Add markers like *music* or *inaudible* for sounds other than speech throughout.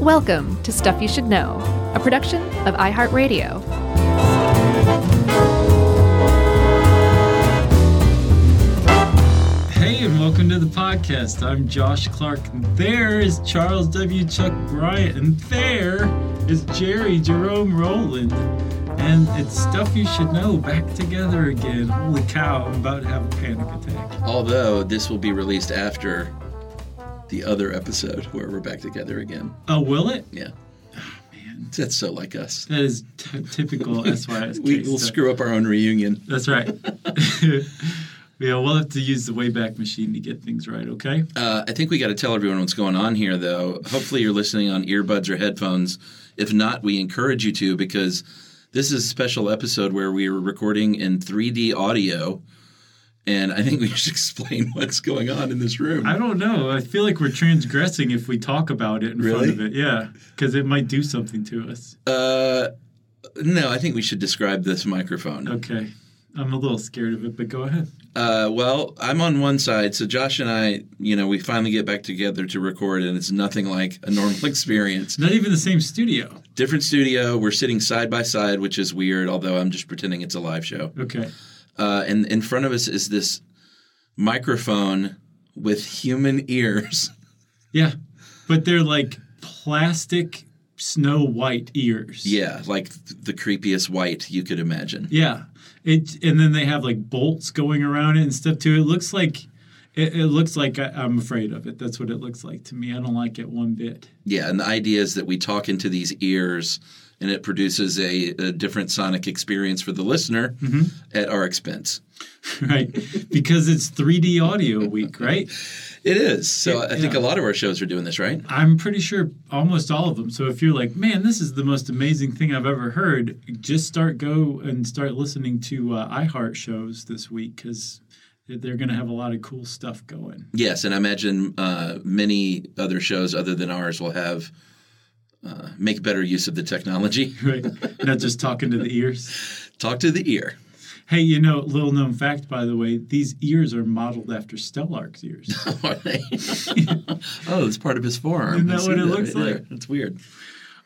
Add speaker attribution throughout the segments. Speaker 1: Welcome to Stuff You Should Know, a production of iHeartRadio.
Speaker 2: Hey, and welcome to the podcast. I'm Josh Clark. There is Charles W. Chuck Bryant, and there is Jerry Jerome Rowland. And it's stuff you should know back together again. Holy cow, I'm about to have a panic attack.
Speaker 3: Although this will be released after the other episode where we're back together again.
Speaker 2: Oh, will it?
Speaker 3: Yeah. Oh, That's so like us.
Speaker 2: That is t- typical
Speaker 3: *laughs*
Speaker 2: SYS.
Speaker 3: We
Speaker 2: case
Speaker 3: will
Speaker 2: stuff.
Speaker 3: screw up our own reunion.
Speaker 2: That's right. *laughs* yeah, we'll have to use the Wayback Machine to get things right, okay?
Speaker 3: Uh, I think we got to tell everyone what's going on here, though. Hopefully, you're listening on earbuds or headphones. If not, we encourage you to because this is a special episode where we are recording in 3D audio. And I think we should *laughs* explain what's going on in this room.
Speaker 2: I don't know. I feel like we're transgressing if we talk about it in front
Speaker 3: Really?
Speaker 2: of it. Yeah, because it might do something to us.
Speaker 3: Uh, no, I think we should describe this microphone.
Speaker 2: Okay. I'm a little scared of it, but go ahead.
Speaker 3: Uh, well, I'm on one side, so Josh and I, you know, we finally get back together to record, and it's nothing like a normal *laughs* experience.
Speaker 2: It's not even the same studio.
Speaker 3: Different studio, we're sitting side by side, which is weird, although I'm just pretending it's a live show.
Speaker 2: Okay.
Speaker 3: Uh, and in front of us is this microphone with human *laughs* ears.
Speaker 2: Yeah. But they're like plastic snow white ears.
Speaker 3: yeah, like th- the creepiest white you could imagine.
Speaker 2: Yeah. It and then they have like bolts going around it and stuff too. It looks like it, it looks like I, I'm afraid of it. That's what it looks like to me. I don't like it one bit. *laughs*
Speaker 3: Yeah, and the idea is that we talk into these ears, and it produces a, a different sonic experience for the listener at our expense.
Speaker 2: Right. because it's 3D audio week, right?
Speaker 3: It is. So
Speaker 2: It-
Speaker 3: I think
Speaker 2: yeah.
Speaker 3: a lot of our shows are doing this, right?
Speaker 2: I'm pretty sure almost all of them. So if you're like, man, this is the most amazing thing I've ever heard, just start go and start listening to uh, iHeart shows this week because they're going to have a lot of cool stuff going. *laughs*
Speaker 3: Yes, and I imagine uh, many other shows other than ours will have uh, make better use of the technology. *laughs*
Speaker 2: Right? Not just talking to the ears.
Speaker 3: Talk to the *laughs* ear.
Speaker 2: Hey, you know, little known fact, by the way, these ears are modeled after Stellark's ears. *laughs*
Speaker 3: Are they? oh, it's part of his forearm.
Speaker 2: Isn't
Speaker 3: I
Speaker 2: that
Speaker 3: see
Speaker 2: what it looks
Speaker 3: there.
Speaker 2: like?
Speaker 3: It's weird.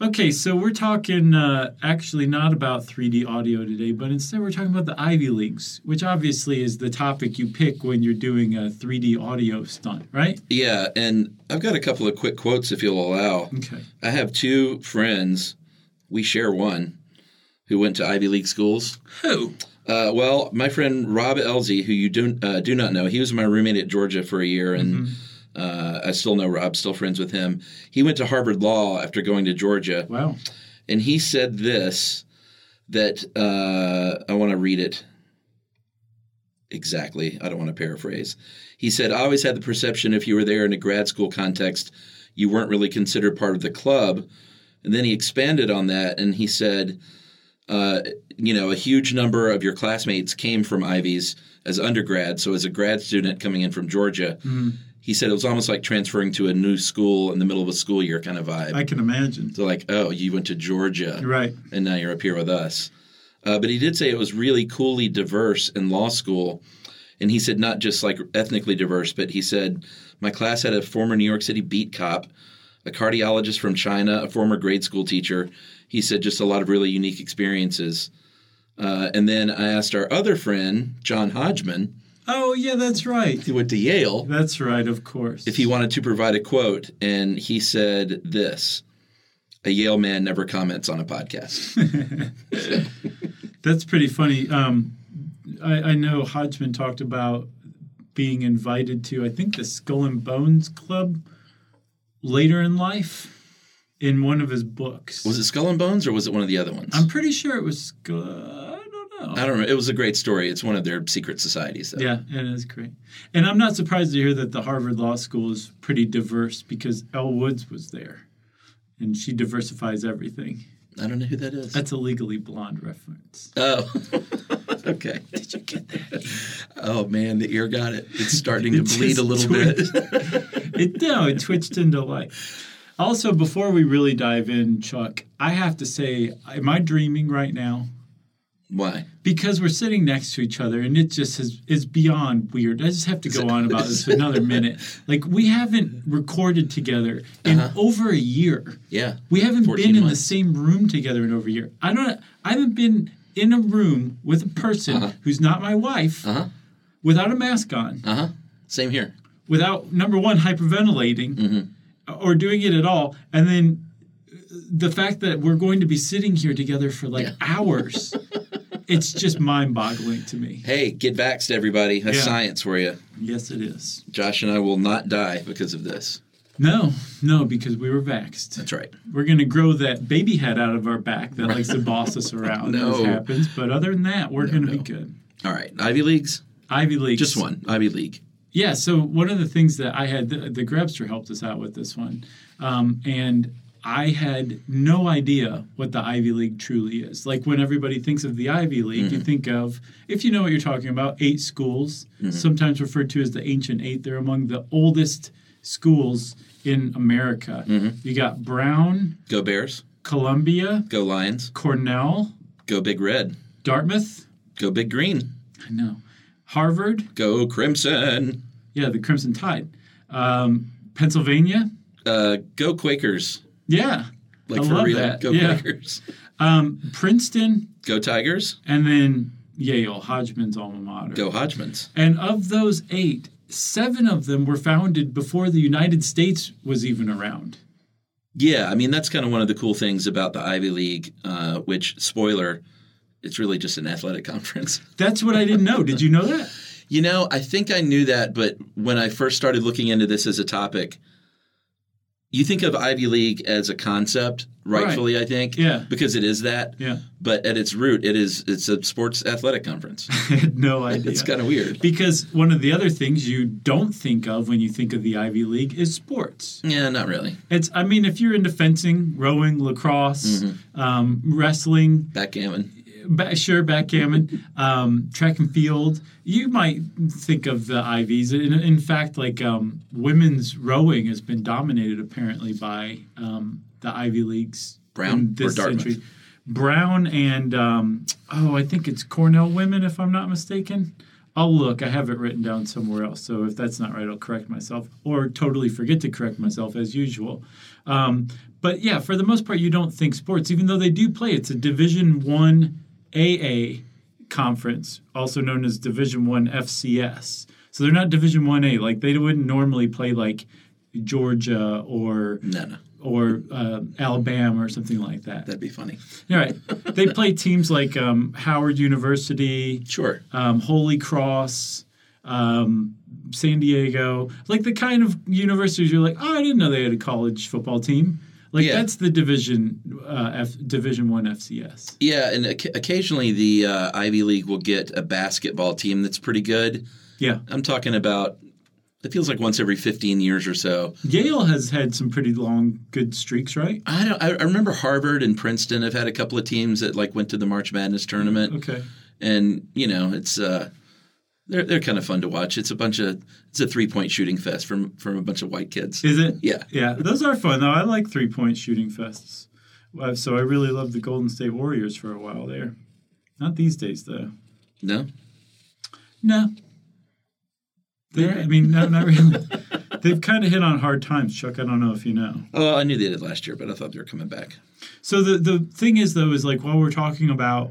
Speaker 2: Okay, so we're talking uh, actually not about 3D audio today, but instead we're talking about the Ivy Leagues, which obviously is the topic you pick when you're doing a 3D audio stunt, right?
Speaker 3: Yeah, and I've got a couple of quick quotes if you'll allow.
Speaker 2: Okay.
Speaker 3: I have two friends. We share one who went to Ivy League schools.
Speaker 2: Who?
Speaker 3: Uh, well, my friend Rob Elzey, who you do uh, do not know, he was my roommate at Georgia for a year, and uh, I still know Rob, still friends with him. He went to Harvard Law after going to Georgia,
Speaker 2: Wow.
Speaker 3: and he said this that uh, I want to read it exactly. I don't want to paraphrase. He said, "I always had the perception if you were there in a grad school context, you weren't really considered part of the club." And then he expanded on that, and he said uh, you know, a huge number of your classmates came from Ivies as undergrad. So as a grad student coming in from Georgia, he said it was almost like transferring to a new school in the middle of a school year kind of vibe.
Speaker 2: I can imagine.
Speaker 3: so like, oh, you went to Georgia,
Speaker 2: Right.
Speaker 3: and now you're up here with us. Uh, but he did say it was really coolly diverse in law school. And he said not just like ethnically diverse, but he said my class had a former New York City beat cop, a cardiologist from China, a former grade school teacher. He said just a lot of really unique experiences. Uh, and then I asked our other friend, John Hodgman,
Speaker 2: Oh, yeah, that's right.
Speaker 3: who went to Yale,
Speaker 2: That's right, of course.
Speaker 3: if he wanted to provide a quote. And he said this A Yale man never comments on a podcast.
Speaker 2: That's pretty funny. Um, I, I know Hodgman talked about being invited to, I think, the Skull and Bones Club later in life in one of his books.
Speaker 3: was it Skull and Bones or was it one of the other ones?
Speaker 2: I'm pretty sure it was Skull. I don't know.
Speaker 3: I don't remember. It was a great story. It's one of their secret societies, though.
Speaker 2: Yeah, it is great. And I'm not surprised to hear that the Harvard Law School is pretty diverse because Elle Woods was there and she diversifies everything.
Speaker 3: I don't know who that is.
Speaker 2: That's a legally blonde reference.
Speaker 3: oh, *laughs*
Speaker 2: *laughs*
Speaker 3: okay. Did you get that? Oh man, the ear got it. It's starting to
Speaker 2: It
Speaker 3: bleed a
Speaker 2: just
Speaker 3: little bit.
Speaker 2: It no, it twitched into life. Also, before we really dive in, Chuck, I have to say, am I dreaming right now?
Speaker 3: *laughs* Why?
Speaker 2: because we're sitting next to each other and it just is, is beyond weird. I just have to go on about this for another minute. Like, we haven't recorded together in over a year.
Speaker 3: Yeah.
Speaker 2: We haven't
Speaker 3: 14
Speaker 2: been in the
Speaker 3: months.
Speaker 2: same room together in over a year. I don't, I haven't been in a room with a person who's not my wife without a mask on,
Speaker 3: Uh huh. Same here.
Speaker 2: without number one, hyperventilating
Speaker 3: Mm-hmm.
Speaker 2: or doing it at all. And then uh, the fact that we're going to be sitting here together for like
Speaker 3: Yeah. *laughs*
Speaker 2: hours. It's just mind boggling to me.
Speaker 3: Hey, get vaxxed, everybody. That's
Speaker 2: Yeah.
Speaker 3: science for you.
Speaker 2: Yes, it is.
Speaker 3: Josh and I will not die because of this.
Speaker 2: No, no, because we were vaxxed.
Speaker 3: That's right.
Speaker 2: We're going to grow that baby head out of our back that likes to boss us around.
Speaker 3: *laughs* No.
Speaker 2: This happens. But other than that, we're going to
Speaker 3: no.
Speaker 2: be good.
Speaker 3: All right. Ivy Leagues?
Speaker 2: Ivy League.
Speaker 3: Just one. Ivy League.
Speaker 2: Yeah. So one of the things that I had, the, the Grabster helped us out with this one, um, and I had no idea what the Ivy League truly is. Like when everybody thinks of the Ivy League, you think of, if you know what you're talking about, eight schools, sometimes referred to as the ancient eight. They're among the oldest schools in America. You got Brown,
Speaker 3: Go Bears.
Speaker 2: Columbia,
Speaker 3: Go Lions.
Speaker 2: Cornell,
Speaker 3: Go Big Red.
Speaker 2: Dartmouth.
Speaker 3: Go Big Green.
Speaker 2: I know. Harvard.
Speaker 3: Go Crimson.
Speaker 2: Yeah, the Crimson Tide. Um, Pennsylvania.
Speaker 3: Uh, go Quakers.
Speaker 2: Yeah.
Speaker 3: Like
Speaker 2: I
Speaker 3: for
Speaker 2: love
Speaker 3: real.
Speaker 2: that.
Speaker 3: Go
Speaker 2: yeah.
Speaker 3: Quakers.
Speaker 2: Um, Princeton
Speaker 3: Go Tigers.
Speaker 2: and then Yale, Hodgman's alma mater.
Speaker 3: Go Hodgmans.
Speaker 2: And of those eight, seven of them were founded before the United States was even around.
Speaker 3: Yeah, I mean that's kind of one of the cool things about the Ivy League, uh, which spoiler, it's really just an athletic *laughs* conference.
Speaker 2: That's what I didn't know. Did you know that?
Speaker 3: You know, I think I knew that, but when I first started looking into this as a topic, you think of Ivy League as a concept,
Speaker 2: Right.
Speaker 3: rightfully, I think,
Speaker 2: Yeah.
Speaker 3: because it is that.
Speaker 2: Yeah.
Speaker 3: But at its root, it is it's a sports athletic *laughs* conference.
Speaker 2: *laughs* I had no idea.
Speaker 3: It's kind of weird.
Speaker 2: because one of the other things you don't think of when you think of the Ivy League is sports.
Speaker 3: Yeah, not really.
Speaker 2: It's, I mean, if you're into fencing, rowing, lacrosse, um, wrestling,
Speaker 3: Backgammon.
Speaker 2: ba- sure backgammon um, track and field you might think of the ivs in, in fact like um, women's rowing has been dominated apparently by um, the ivy leagues
Speaker 3: Brown
Speaker 2: in
Speaker 3: or
Speaker 2: this
Speaker 3: Dartmouth?
Speaker 2: century brown and um, oh i think it's cornell women if i'm not mistaken I'll look. I have it written down somewhere else. So if that's not right, I'll correct myself or totally forget to correct myself as usual. Um, but yeah, for the most part, you don't think sports, even though they do play. It's a Division One AA conference, also known as Division One FCS. So they're not Division One A. Like they wouldn't normally play like Georgia or
Speaker 3: No, no,
Speaker 2: or uh, Alabama or something like that.
Speaker 3: that'd be funny.
Speaker 2: All right, they play teams like um, Howard University
Speaker 3: Sure.
Speaker 2: um, Holy Cross, um, San Diego, like the kind of universities you're like, oh, I didn't know they had a college football team. Like
Speaker 3: Yeah.
Speaker 2: that's the division uh, F, Division One FCS.
Speaker 3: Yeah, and oc- occasionally the uh, Ivy League will get a basketball team that's pretty good.
Speaker 2: Yeah,
Speaker 3: I'm talking about. It feels like once every 15 years or so.
Speaker 2: Yale has had some pretty long good streaks, right?
Speaker 3: I don't. I I remember Harvard and Princeton have had a couple of teams that like went to the March Madness tournament,
Speaker 2: Okay,
Speaker 3: and you know it's uh, they're they're kind of fun to watch. It's a bunch of it's a three point shooting fest from from a bunch of white kids.
Speaker 2: is it?
Speaker 3: Yeah.
Speaker 2: yeah, those are fun though. I like three point shooting fests. Uh, So I really loved the Golden State Warriors for a while there. Not these days though.
Speaker 3: No,
Speaker 2: No. They're, I mean, no, not really. *laughs* They've kind of hit on hard times, Chuck. I don't know if you know.
Speaker 3: oh, I knew they did last year, but I thought they were coming back.
Speaker 2: So the the thing is though is like while we're talking about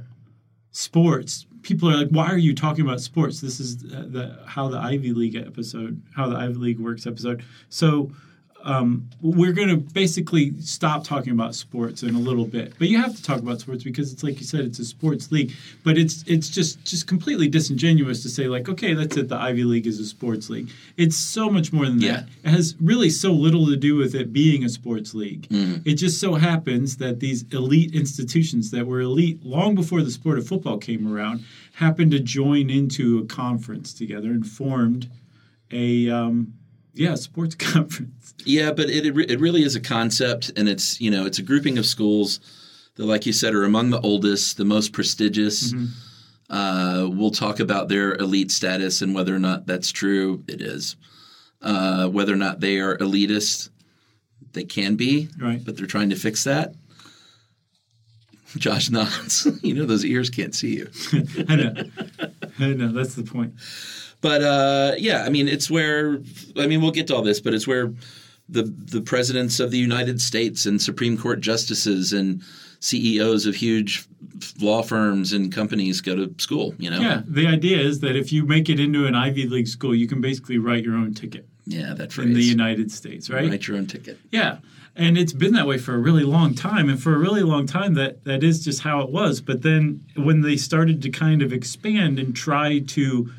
Speaker 2: sports, people are like, why are you talking about sports? This is the, the how the Ivy League episode, how the Ivy League works episode. So um, we're going to basically stop talking about sports in a little bit, but you have to talk about sports because it's like you said, it's a sports league. But it's it's just just completely disingenuous to say like, okay, that's it. The Ivy League is a sports league. It's so much more than
Speaker 3: Yeah.
Speaker 2: that. It has really so little to do with it being a sports league. It just so happens that these elite institutions that were elite long before the sport of football came around happened to join into a conference together and formed a um, yeah sports *laughs* conference.
Speaker 3: Yeah, but it it re- it really is a concept, and it's you know it's a grouping of schools that, like you said, are among the oldest, the most prestigious. Uh, we'll talk about their elite status and whether or not that's true. It is uh, whether or not they are elitist. They can be,
Speaker 2: Right.
Speaker 3: but they're trying to fix that. *laughs* Josh nods. *laughs* you know those ears can't see you.
Speaker 2: I know. I know. That's the point.
Speaker 3: But uh, yeah, I mean, it's where I mean we'll get to all this, but it's where the the presidents of the United States and Supreme Court justices and CEOs of huge law firms and companies go to school. You know,
Speaker 2: Yeah. The idea is that if you make it into an Ivy League school, you can basically write your own ticket
Speaker 3: yeah, that
Speaker 2: in the
Speaker 3: phrase.
Speaker 2: United States, right?
Speaker 3: Write your own ticket.
Speaker 2: Yeah. And it's been that way for a really long time. And for a really long time, that, that is just how it was. But then when they started to kind of expand and try to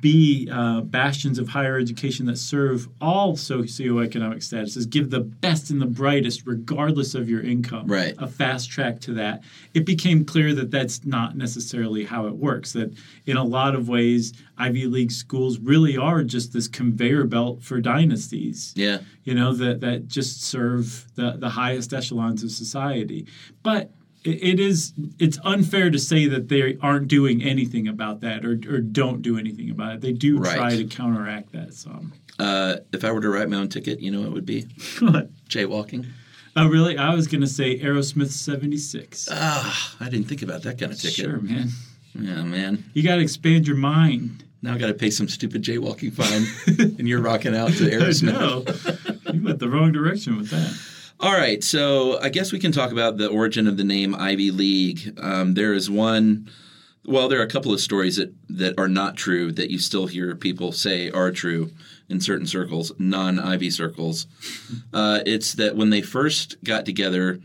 Speaker 2: be uh, bastions of higher education that serve all socioeconomic statuses, give the best and the brightest, regardless of your income,
Speaker 3: Right.
Speaker 2: a fast track to that, it became clear that that's not necessarily how it works. That in a lot of ways, Ivy League schools really are just this conveyor belt for dynasties
Speaker 3: Yeah,
Speaker 2: you know that that just serve the the highest echelons of society but i- it is it's unfair to say that they aren't doing anything about that or, or don't do anything about it they do
Speaker 3: Right.
Speaker 2: try to counteract that some
Speaker 3: uh, if I were to write my own ticket, you know, what it would be jaywalking.
Speaker 2: oh really i was going to say aerosmith 76
Speaker 3: Ah, I didn't think about that kind of ticket.
Speaker 2: sure man
Speaker 3: Yeah, man.
Speaker 2: you got to expand your mind
Speaker 3: Now I got to pay some stupid jaywalking fine, and you're rocking out
Speaker 2: *laughs*
Speaker 3: to Aerosmith.
Speaker 2: no you went the wrong direction with that
Speaker 3: All right, so I guess we can talk about the origin of the name Ivy League. Um, there is one, well, there are a couple of stories that, that are not true that you still hear people say are true in certain circles, non Ivy circles. Uh, it's that when they first got together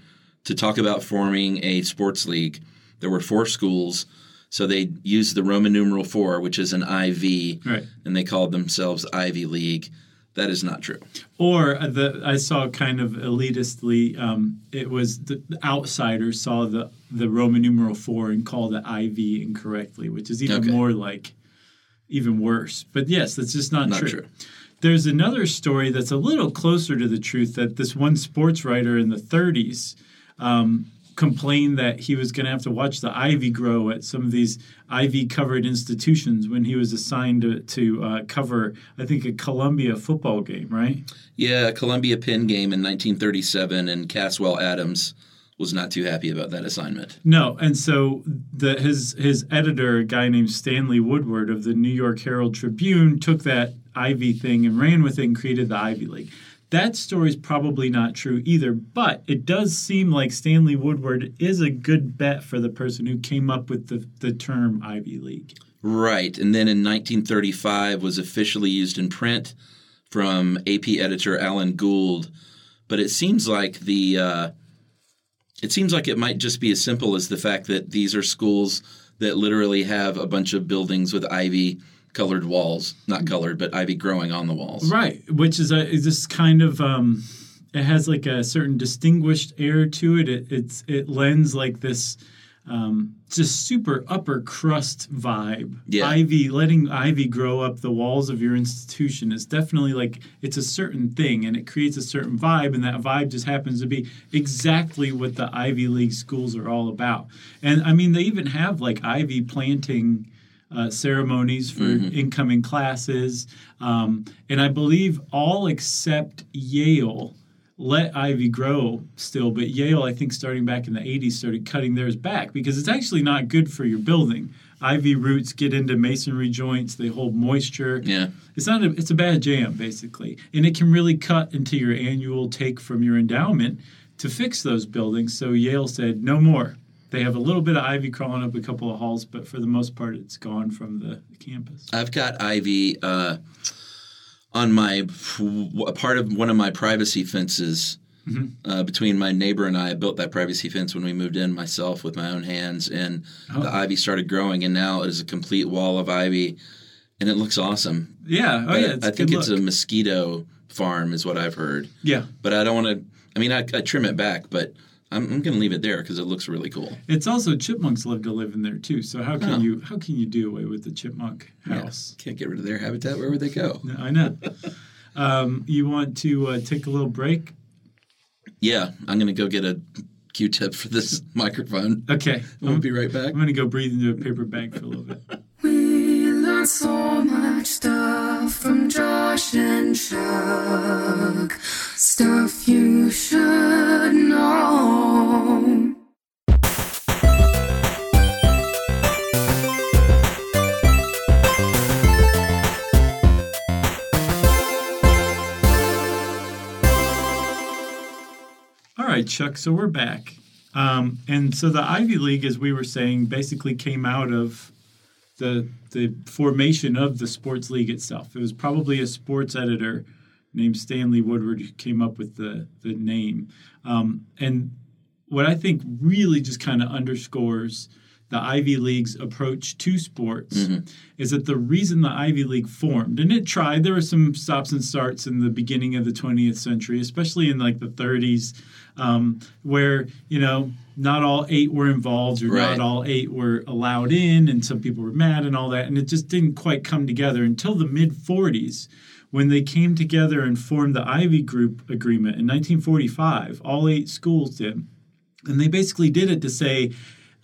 Speaker 3: to talk about forming a sports league, there were four schools, so they used the Roman numeral four, which is an IV,
Speaker 2: Right.
Speaker 3: and they called themselves Ivy League. That is not true.
Speaker 2: Or the I saw kind of elitistly. Um, it was the, the outsiders saw the the Roman numeral four and called it IV incorrectly, which is even
Speaker 3: Okay.
Speaker 2: more like even worse. But yes, that's just not,
Speaker 3: Not
Speaker 2: true.
Speaker 3: true.
Speaker 2: There's another story that's a little closer to the truth that this one sports writer in the 30s complained that he was going to have to watch the ivy grow at some of these ivy covered institutions when he was assigned to, to uh, cover, I think, a Columbia football game, right?
Speaker 3: Yeah, Columbia Penn game in 1937, and Caswell Adams was not too happy about that assignment.
Speaker 2: No, and so the his his editor, a guy named Stanley Woodward of the New York Herald Tribune, took that Ivy thing and ran with it and created the Ivy League. That story's probably not true either, but it does seem like Stanley Woodward is a good bet for the person who came up with the, the term Ivy League.
Speaker 3: Right, and then in 1935 was officially used in print from AP editor Alan Gould, but it seems like the uh, it seems like it might just be as simple as the fact that these are schools that literally have a bunch of buildings with ivy colored walls, not colored, but ivy growing on the walls.
Speaker 2: Right, which is a is this kind of um, it has like a certain distinguished air to it. it it's it lends like this um, just super upper crust vibe.
Speaker 3: Yeah.
Speaker 2: Ivy letting ivy grow up the walls of your institution is definitely like it's a certain thing and it creates a certain vibe and that vibe just happens to be exactly what the Ivy League schools are all about. And I mean they even have like ivy planting uh, ceremonies for incoming classes. Um, and I believe all except Yale let ivy grow still, but Yale, I think, starting back in the 80s, started cutting theirs back because it's actually not good for your building. Ivy roots get into masonry joints, they hold moisture.
Speaker 3: Yeah.
Speaker 2: It's not a, it's a bad jam basically, and it can really cut into your annual take from your endowment to fix those buildings. So Yale said no more. They have a little bit of ivy crawling up a couple of halls, but for the most part, it's gone from the campus.
Speaker 3: I've got ivy uh, on my a part of one of my privacy fences
Speaker 2: Mm-hmm.
Speaker 3: uh, between my neighbor and I. I built that privacy fence when we moved in myself with my own hands, and
Speaker 2: Oh.
Speaker 3: the ivy started growing, and now it is a complete wall of ivy, and it looks awesome.
Speaker 2: Yeah, oh
Speaker 3: But
Speaker 2: yeah, it's
Speaker 3: I
Speaker 2: a
Speaker 3: think
Speaker 2: good
Speaker 3: it's
Speaker 2: look.
Speaker 3: a mosquito farm, is what I've heard.
Speaker 2: yeah.
Speaker 3: But I don't want to. I mean, I, I trim it back, but I'm, I'm going to leave it there because it looks really cool.
Speaker 2: It's also chipmunks love to live in there too. So how can you how can you do away with the chipmunk house?
Speaker 3: Can't get rid of their habitat. Where would
Speaker 2: *laughs*
Speaker 3: they go?
Speaker 2: No, I know. um, you want to uh, take a little break?
Speaker 3: Yeah, I'm going to go get a Q-tip for this *laughs* microphone.
Speaker 2: Okay,
Speaker 3: We'll
Speaker 2: I'm,
Speaker 3: be right back.
Speaker 2: I'm gonna go breathe into a paper bag for a little bit.
Speaker 4: We learned so much stuff from Josh and Chuck. Stuff you should know.
Speaker 2: All right, Chuck. So we're back, um, and so the Ivy League, as we were saying, basically came out of the the formation of the sports league itself. It was probably a sports editor named Stanley Woodward who came up with the the name. Um, and what I think really just kind of underscores the Ivy League's approach to sports is that the reason the Ivy League formed, and it tried, there were some stops and starts in the beginning of the 20th century, especially in like the 30s, um, where, you know, not all eight were involved or
Speaker 3: Right.
Speaker 2: not all eight were allowed in, and some people were mad and all that. And it just didn't quite come together until the mid 40s when they came together and formed the Ivy Group Agreement in 1945. All eight schools did. And they basically did it to say,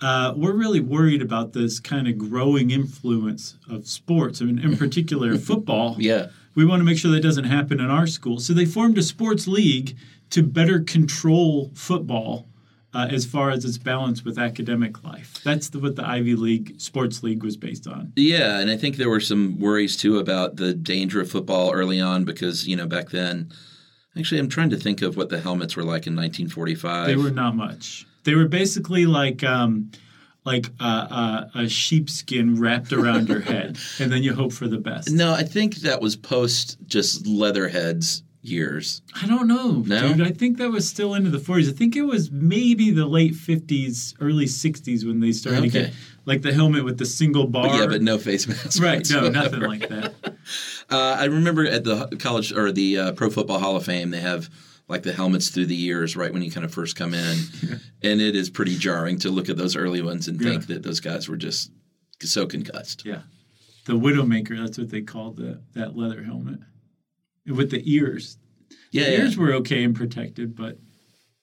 Speaker 2: uh, we're really worried about this kind of growing influence of sports, I mean, in particular football.
Speaker 3: Yeah.
Speaker 2: We want to make sure that doesn't happen in our school. So they formed a sports league to better control football uh, as far as its balance with academic life. That's the, what the Ivy League Sports League was based on.
Speaker 3: Yeah, and I think there were some worries too about the danger of football early on because, you know, back then, actually, I'm trying to think of what the helmets were like in 1945.
Speaker 2: They were not much. They were basically like um, like uh, uh, a sheepskin wrapped around your head, and then you hope for the best.
Speaker 3: No, I think that was post just Leatherheads years.
Speaker 2: I don't know,
Speaker 3: No?
Speaker 2: dude. I think that was still into the 40s. I think it was maybe the late 50s, early 60s when they started to
Speaker 3: Okay.
Speaker 2: get like the helmet with the single bar.
Speaker 3: yeah, but no face
Speaker 2: *laughs*
Speaker 3: masks. *laughs*
Speaker 2: Right, no,
Speaker 3: whatsoever.
Speaker 2: nothing like that.
Speaker 3: Uh, I remember at the h- college or the uh, Pro Football Hall of Fame, they have like the helmets through the years right when you kind of first come
Speaker 2: *laughs*
Speaker 3: in. and it is pretty jarring to look at those early ones and think that those guys were just so concussed.
Speaker 2: Yeah. The Widowmaker, that's what they called the, that leather helmet. With the ears.
Speaker 3: Yeah,
Speaker 2: the
Speaker 3: yeah.
Speaker 2: ears were okay and protected, but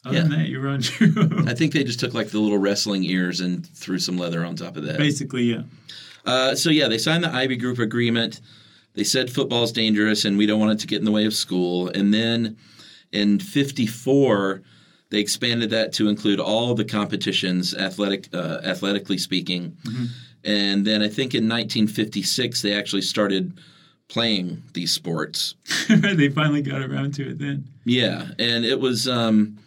Speaker 2: other
Speaker 3: Yeah.
Speaker 2: than that, you were on *laughs* your
Speaker 3: *laughs*
Speaker 2: own.
Speaker 3: I think they just took like the little wrestling ears and threw some leather on top of that.
Speaker 2: Basically, yeah. *laughs*
Speaker 3: Uh, so yeah, they signed the Ivy Group agreement. They said football's dangerous and we don't want it to get in the way of school. And then in 54, they expanded that to include all the competitions, athletic, uh, athletically speaking. And then I think in 1956, they actually started playing these sports.
Speaker 2: they finally got around to it then.
Speaker 3: Yeah, and it was. Um,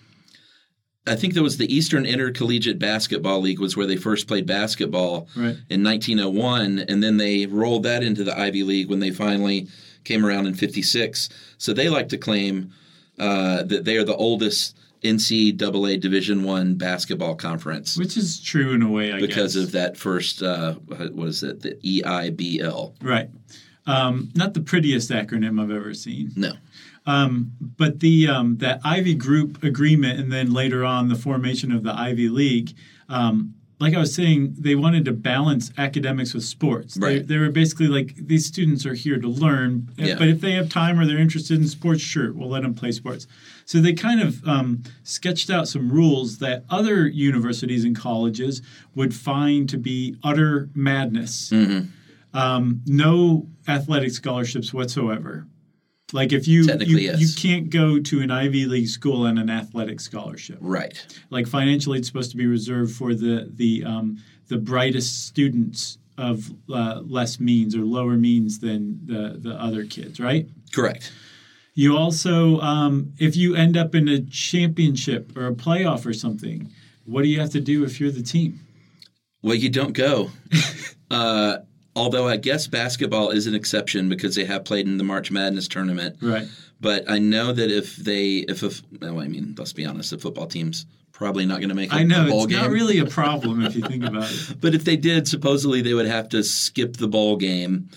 Speaker 3: I think there was the Eastern Intercollegiate Basketball League was where they first played basketball
Speaker 2: Right.
Speaker 3: in 1901, and then they rolled that into the Ivy League when they finally came around in '56. So they like to claim uh, that they are the oldest NCAA Division One basketball conference
Speaker 2: Which is true in a way, I guess.
Speaker 3: because of that first. Uh, what was it the E EIBL?
Speaker 2: Right. Um, not the prettiest acronym I've ever seen.
Speaker 3: No,
Speaker 2: Um, but the um, that Ivy Group agreement, and then later on the formation of the Ivy League. Um, like I was saying, they wanted to balance academics with sports. They,
Speaker 3: Right.
Speaker 2: they were basically like these students are here to learn,
Speaker 3: Yeah.
Speaker 2: but if they have time or they're interested in sports, sure, we'll let them play sports. So they kind of um, sketched out some rules that other universities and colleges would find to be utter madness.
Speaker 3: Mm-hmm.
Speaker 2: Um, no athletic scholarships whatsoever. Like if you you,
Speaker 3: Technically, yes.
Speaker 2: you can't go to an Ivy League school on an athletic scholarship.
Speaker 3: right.
Speaker 2: Like financial aid's supposed to be reserved for the the um, the brightest students of uh, less means or lower means than the the other kids, right?
Speaker 3: Correct.
Speaker 2: You also, um, if you end up in a championship or a playoff or something, what do you have to do if you're the team?
Speaker 3: Well, you don't
Speaker 2: *laughs*
Speaker 3: go. uh, although I guess basketball is an exception because they have played in the March Madness tournament.
Speaker 2: Right.
Speaker 3: But I know that if they, if a, f- well, I mean, let's be honest, the football team's probably not going to make a
Speaker 2: I know
Speaker 3: a bowl
Speaker 2: it's
Speaker 3: game.
Speaker 2: not really a problem if you think about it.
Speaker 3: But if they did, supposedly they would have to skip the bowl game.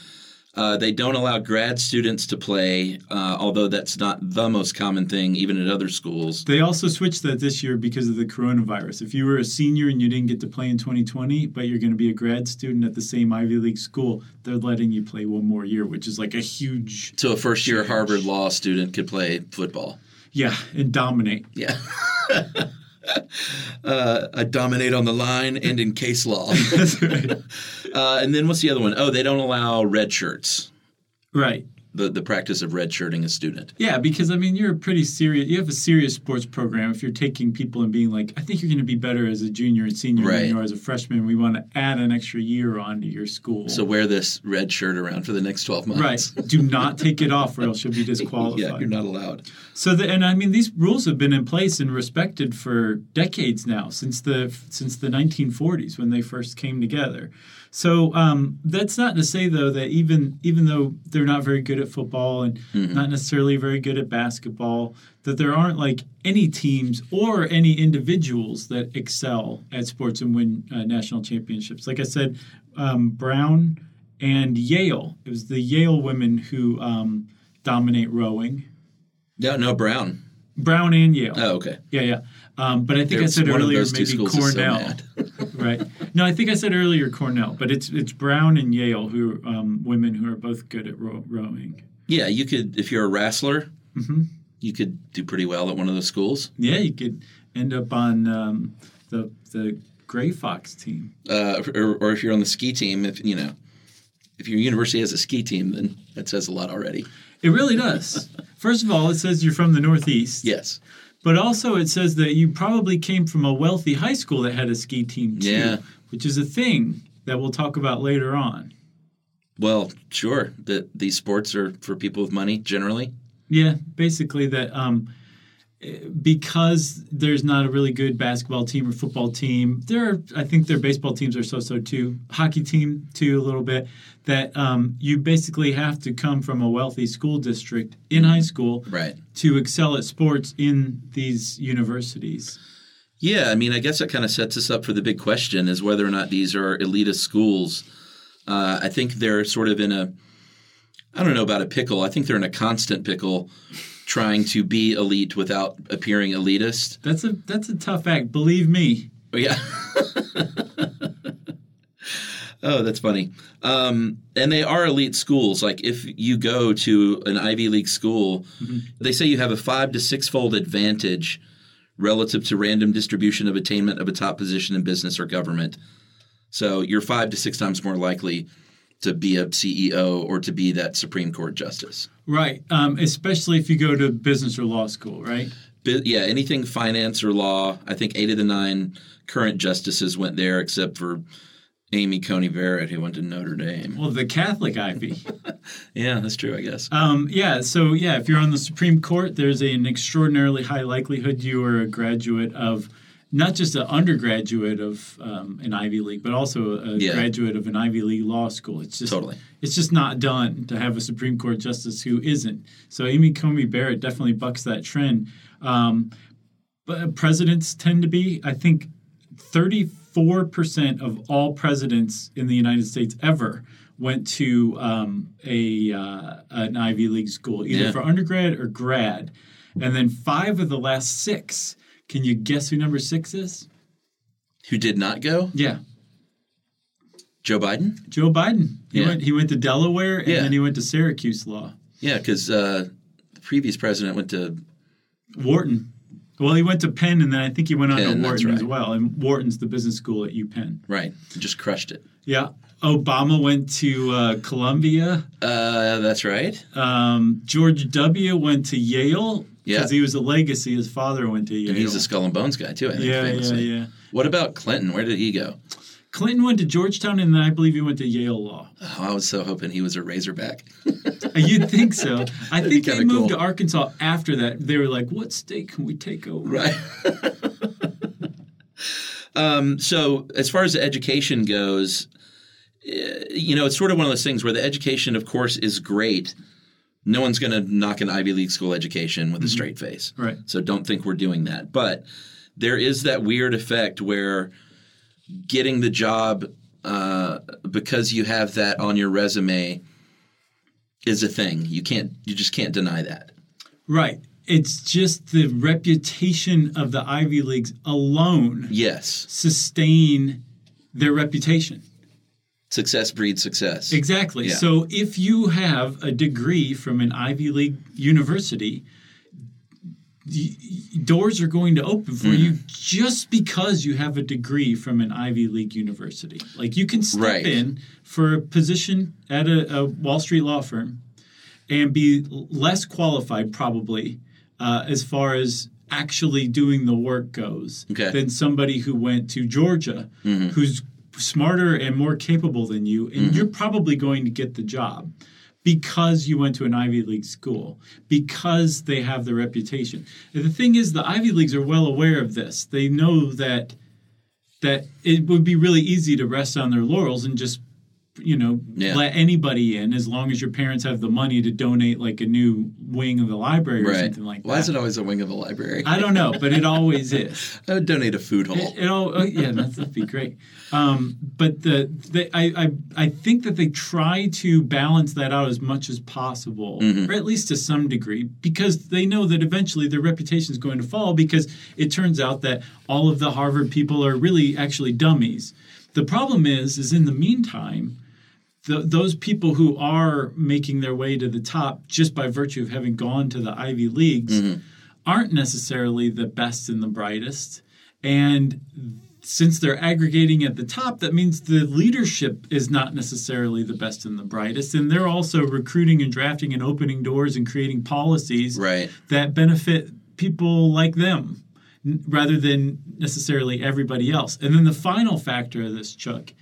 Speaker 3: Uh, they don't allow grad students to play, uh, although that's not the most common thing, even at other schools.
Speaker 2: They also switched that this year because of the coronavirus. If you were a senior and you didn't get to play in 2020, but you're going to be a grad student at the same Ivy League school, they're letting you play one more year, which is like a huge
Speaker 3: So a first year Harvard law student could play football.
Speaker 2: yeah and dominate. *laughs*
Speaker 3: Yeah. *laughs* uh, I dominate on the line and in
Speaker 2: *laughs*
Speaker 3: case law.
Speaker 2: That's right.
Speaker 3: uh, and then what's the other one? Oh, they don't allow red shirts.
Speaker 2: Right.
Speaker 3: the, the practice of redshirting a student.
Speaker 2: Yeah, because I mean, you're a pretty serious. You have a serious sports program. If you're taking people and being like, I think you're going to be better as a junior and senior
Speaker 3: Right.
Speaker 2: than you are as a freshman. We want to add an extra year onto your school.
Speaker 3: So wear this red shirt around for the next 12
Speaker 2: right,
Speaker 3: months.
Speaker 2: do not take it off, or else you'll be disqualified.
Speaker 3: *laughs* yeah, you're not allowed.
Speaker 2: So, the, and I mean, these rules have been in place and respected for decades now, since the since the 1940s when they first came together. So um, that's not to say though that even even though they're not very good at football and not necessarily very good at basketball, that there aren't like any teams or any individuals that excel at sports and win uh, national championships. Like I said, um, Brown and Yale. It was the Yale women who um, dominate rowing.
Speaker 3: No, no, Brown.
Speaker 2: Brown and Yale.
Speaker 3: Oh, okay.
Speaker 2: Yeah, yeah. Um, but I think I
Speaker 3: There's
Speaker 2: said
Speaker 3: one of
Speaker 2: earlier
Speaker 3: those two
Speaker 2: maybe
Speaker 3: schools is so
Speaker 2: Cornell.
Speaker 3: *laughs*
Speaker 2: right. No, I think I said earlier Cornell, but it's it's Brown and Yale who are, um, women who are both good at row- rowing.
Speaker 3: Yeah, you could, if you're a wrestler,
Speaker 2: Mm-hmm.
Speaker 3: you could do pretty well at one of those schools.
Speaker 2: Yeah, you could end up on um, the the Gray Fox team.
Speaker 3: Uh, or, or if you're on the ski team, if you know, if your university has a ski team, then that says a lot already.
Speaker 2: It really
Speaker 3: *laughs*
Speaker 2: does. First of all, it says you're from the Northeast.
Speaker 3: Yes.
Speaker 2: But also, it says that you probably came from a wealthy high school that had a ski team too,
Speaker 3: Yeah.
Speaker 2: which is a thing that we'll talk about later on.
Speaker 3: Well, sure. That these sports are for people with money generally.
Speaker 2: Yeah, basically that um, eh, because there's not a really good basketball team or football team. There, are, I think their baseball teams are so-so too. Hockey team too a little bit. That um, you basically have to come from a wealthy school district in high school
Speaker 3: Right.
Speaker 2: to excel at sports in these universities.
Speaker 3: Yeah, I mean, I guess that kind of sets us up for the big question: is whether or not these are elitist schools. Uh, I think they're sort of in a, I don't know about a pickle. I think they're in a constant pickle, trying to be elite without appearing elitist.
Speaker 2: That's a that's a tough act, believe me.
Speaker 3: Yeah. *laughs* oh, that's funny. Um, and they are elite schools. Like if you go to an Ivy League school, they say you have a five to six fold advantage relative to random distribution of attainment of a top position in business or government. So you're five to six times more likely to be a CEO or to be that Supreme Court justice.
Speaker 2: Right, um, especially if you go to business or law school, right?
Speaker 3: Bu- yeah, anything finance or law. I think eight of the nine current justices went there, except for Amy Coney Barrett, who went to Notre Dame.
Speaker 2: Well, the Catholic Ivy.
Speaker 3: Yeah, that's true, I guess.
Speaker 2: Um, yeah, so yeah, if you're on the Supreme Court, there's an extraordinarily high likelihood you are a graduate of not just an undergraduate of um, an Ivy League, but also a
Speaker 3: Yeah.
Speaker 2: graduate of an Ivy League law school. It's just
Speaker 3: Totally.
Speaker 2: it's just not done to have a Supreme Court justice who isn't. So Amy Comey Barrett definitely bucks that trend. Um, but presidents tend to be, I think, 34% of all presidents in the United States ever went to um, a uh, an Ivy League school, either
Speaker 3: Yeah.
Speaker 2: for undergrad or grad. And then five of the last six. Can you guess who number six is?
Speaker 3: Who did not go?
Speaker 2: Yeah,
Speaker 3: Joe Biden?
Speaker 2: Joe Biden. He,
Speaker 3: Yeah.
Speaker 2: went, he went to Delaware and
Speaker 3: Yeah.
Speaker 2: then he went to Syracuse Law.
Speaker 3: Yeah, because uh, the previous president went to.
Speaker 2: Wharton. Well, he went to Penn, and then I think he went on
Speaker 3: Penn,
Speaker 2: to
Speaker 3: that's
Speaker 2: Wharton
Speaker 3: right.
Speaker 2: as well. And Wharton's the business school at UPenn.
Speaker 3: Right, just crushed it.
Speaker 2: Yeah. Obama went to uh, Columbia.
Speaker 3: Uh, that's right.
Speaker 2: Um, George W. went to Yale
Speaker 3: Yeah.
Speaker 2: because he was a legacy. His father went to Yale.
Speaker 3: He's a skull and bones guy, too, I think.
Speaker 2: yeah, yeah,
Speaker 3: famously.
Speaker 2: yeah.
Speaker 3: What about Clinton? Where did he go?
Speaker 2: Clinton went to Georgetown, and then I believe he went to Yale Law. Uh,
Speaker 3: Oh, I was so hoping he was a Razorback.
Speaker 2: You'd think so. I
Speaker 3: *laughs* That'd be
Speaker 2: think they
Speaker 3: kinda
Speaker 2: moved
Speaker 3: cool.
Speaker 2: to Arkansas after that. They were like, "What state can we take over?"
Speaker 3: Right. um, so, as far as the education goes, eh, you know, it's sort of one of those things where the education, of course, is great. No one's going to knock an Ivy League school education with a straight face.
Speaker 2: Right.
Speaker 3: So, don't think we're doing that. But there is that weird effect where getting the job uh, because you have that on your resume is a thing. You can't, you just can't deny that.
Speaker 2: Right. It's just the reputation of the Ivy Leagues alone
Speaker 3: Yes.
Speaker 2: sustain their reputation.
Speaker 3: Success breeds success.
Speaker 2: Exactly.
Speaker 3: Yeah.
Speaker 2: So if you have a degree from an Ivy League university, y- y- doors are going to open for
Speaker 3: Mm-hmm.
Speaker 2: you just because you have a degree from an Ivy League university. Like you can step
Speaker 3: Right.
Speaker 2: in for a position at a, a Wall Street law firm and be l- less qualified probably uh, as far as actually doing the work goes
Speaker 3: Okay. Mm-hmm.
Speaker 2: than somebody who went to Georgia who's smarter and more capable than you and you're probably going to get the job because you went to an Ivy League school because they have the reputation. And the thing is the Ivy Leagues are well aware of this. They know that that it would be really easy to rest on their laurels and just you know
Speaker 3: Yeah.
Speaker 2: let anybody in as long as your parents have the money to donate like a new wing of the library or
Speaker 3: Right.
Speaker 2: something like
Speaker 3: Why
Speaker 2: that.
Speaker 3: is it always a wing of a library? I,
Speaker 2: I don't know, but it
Speaker 3: *laughs*
Speaker 2: always is.
Speaker 3: would donate a food hall.
Speaker 2: It, it all, oh, yeah, that's, that'd be great. Um, but the, the I, I I think that they try to balance that out as much as possible,
Speaker 3: Mm-hmm.
Speaker 2: or at least to some degree, because they know that eventually their reputation is going to fall. Because it turns out that all of the Harvard people are really actually dummies. The problem is, is in the meantime, th- those people who are making their way to the top just by virtue of having gone to the Ivy Leagues
Speaker 3: Mm-hmm.
Speaker 2: aren't necessarily the best and the brightest. And since they're aggregating at the top, that means the leadership is not necessarily the best and the brightest. And they're also recruiting and drafting and opening doors and creating policies
Speaker 3: Right.
Speaker 2: that benefit people like them n- rather than necessarily everybody else. And then the final factor of this, Chuck,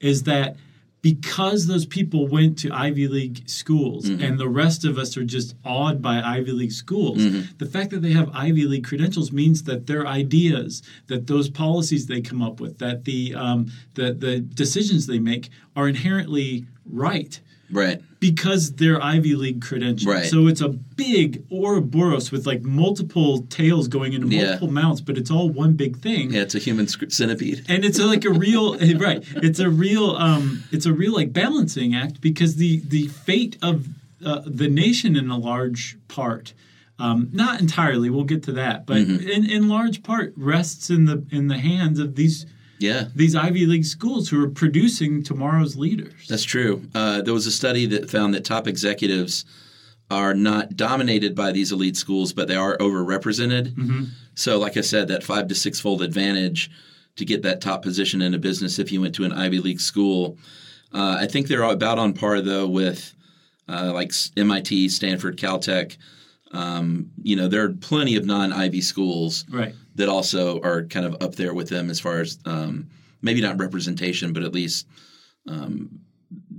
Speaker 2: is that because those people went to Ivy League schools and the rest of us are just awed by Ivy League schools, the fact that they have Ivy League credentials means that their ideas, that those policies they come up with, that the, um, the, the decisions they make are inherently right
Speaker 3: Right.
Speaker 2: because they're Ivy League credentials.
Speaker 3: Right.
Speaker 2: So it's a big Ouroboros with like multiple tails going into
Speaker 3: Yeah.
Speaker 2: multiple mouths, but it's all one big thing.
Speaker 3: Yeah, it's a human sc- centipede.
Speaker 2: And it's uh, like a real *laughs* eh, right. It's a real um it's a real like balancing act because the the fate of uh, the nation in a large part um, not entirely we'll get to that but
Speaker 3: Mm-hmm.
Speaker 2: in, in large part rests in the in the hands of these
Speaker 3: Yeah.
Speaker 2: these Ivy League schools who are producing tomorrow's leaders.
Speaker 3: That's true. Uh, there was a study that found that top executives are not dominated by these elite schools, but they are overrepresented. So, like I said, that five to six fold advantage to get that top position in a business if you went to an Ivy League school. Uh, I think they're about on par, though, with uh, like s- MIT, Stanford, Caltech. Um, you know, there are plenty of non Ivy schools
Speaker 2: Right.
Speaker 3: that also are kind of up there with them as far as um, maybe not representation, but at least um,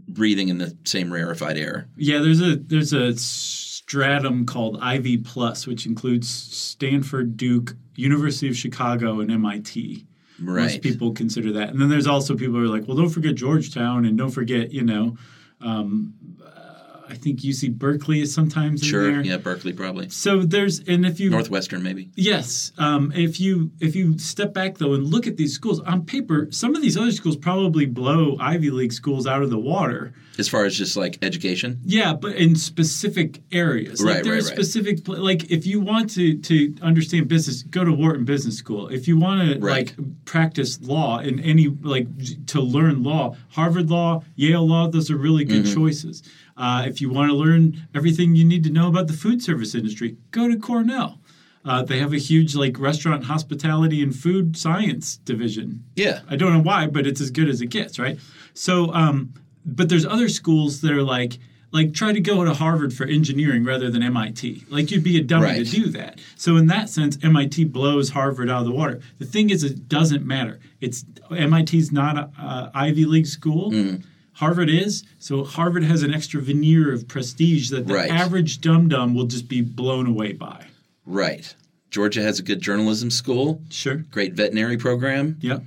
Speaker 3: breathing in the same rarefied air.
Speaker 2: Yeah, there's a there's a stratum called Ivy Plus, which includes Stanford, Duke, University of Chicago, and MIT.
Speaker 3: Right.
Speaker 2: Most people consider that, and then there's also people who are like, well, don't forget Georgetown, and don't forget, you know, um, uh, I think UC Berkeley is sometimes
Speaker 3: sure.
Speaker 2: in there.
Speaker 3: Yeah, Berkeley probably.
Speaker 2: So there's, and if you
Speaker 3: Northwestern maybe.
Speaker 2: Yes. Um, if you if you step back though and look at these schools on paper, some of these other schools probably blow Ivy League schools out of the water.
Speaker 3: As far as just like education.
Speaker 2: Yeah, but in specific areas.
Speaker 3: Right,
Speaker 2: like there
Speaker 3: right,
Speaker 2: are
Speaker 3: right.
Speaker 2: specific pla- like if you want to to understand business, go to Wharton Business School. If you want to
Speaker 3: Right.
Speaker 2: like practice law in any like j- to learn law, Harvard law, Yale law, those are really good
Speaker 3: Mm-hmm.
Speaker 2: choices. Uh, if you want to learn everything you need to know about the food service industry, go to Cornell. Uh, they have a huge like restaurant hospitality and food science division.
Speaker 3: Yeah.
Speaker 2: I don't know why, but it's as good as it gets, right? So, um, but there's other schools that are like, like try to go to Harvard for engineering rather than MIT. Like you'd be a dummy
Speaker 3: Right.
Speaker 2: to do that. So in that sense, MIT blows Harvard out of the water. The thing is, it doesn't matter. It's MIT's not a, a Ivy League school.
Speaker 3: Mm.
Speaker 2: Harvard is. So Harvard has an extra veneer of prestige that the
Speaker 3: Right.
Speaker 2: average dum dum will just be blown away by.
Speaker 3: Right. Georgia has a good journalism school,
Speaker 2: Sure.
Speaker 3: great veterinary program.
Speaker 2: Yep.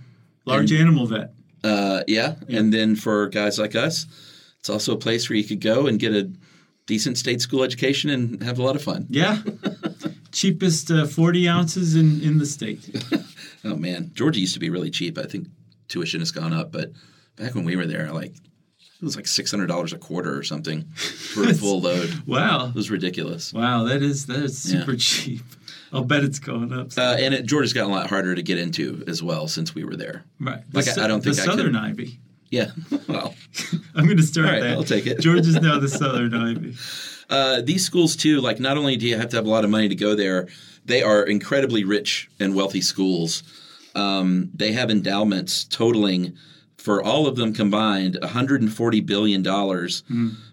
Speaker 2: Large animal vet.
Speaker 3: Uh, yeah. And then for guys like us, it's also a place where you could go and get a decent state school education and have a lot of fun. *laughs*
Speaker 2: Yeah. Cheapest uh, 40 ounces in, in the state.
Speaker 3: Oh man, Georgia used to be really cheap. I think tuition has gone up, but back when we were there, like it was like six hundred dollars a quarter or something for a full load. It
Speaker 2: Wow.
Speaker 3: was ridiculous.
Speaker 2: Wow, that is that is
Speaker 3: Yeah.
Speaker 2: super cheap. I'll bet it's going up.
Speaker 3: Uh, and it, Georgia's gotten a lot harder to get into as well since we were there.
Speaker 2: right.
Speaker 3: like, I-
Speaker 2: the,
Speaker 3: I don't think
Speaker 2: the
Speaker 3: I could-
Speaker 2: Southern Ivy.
Speaker 3: Yeah. *laughs* well,
Speaker 2: I'm going to start
Speaker 3: All right,
Speaker 2: that.
Speaker 3: I'll take it.
Speaker 2: George is
Speaker 3: *laughs*
Speaker 2: now the Southern Ivy.
Speaker 3: uh, these schools too. Like, not only do you have to have a lot of money to go there, they are incredibly rich and wealthy schools. Um, they have endowments totaling for all of them combined, 140 billion dollars,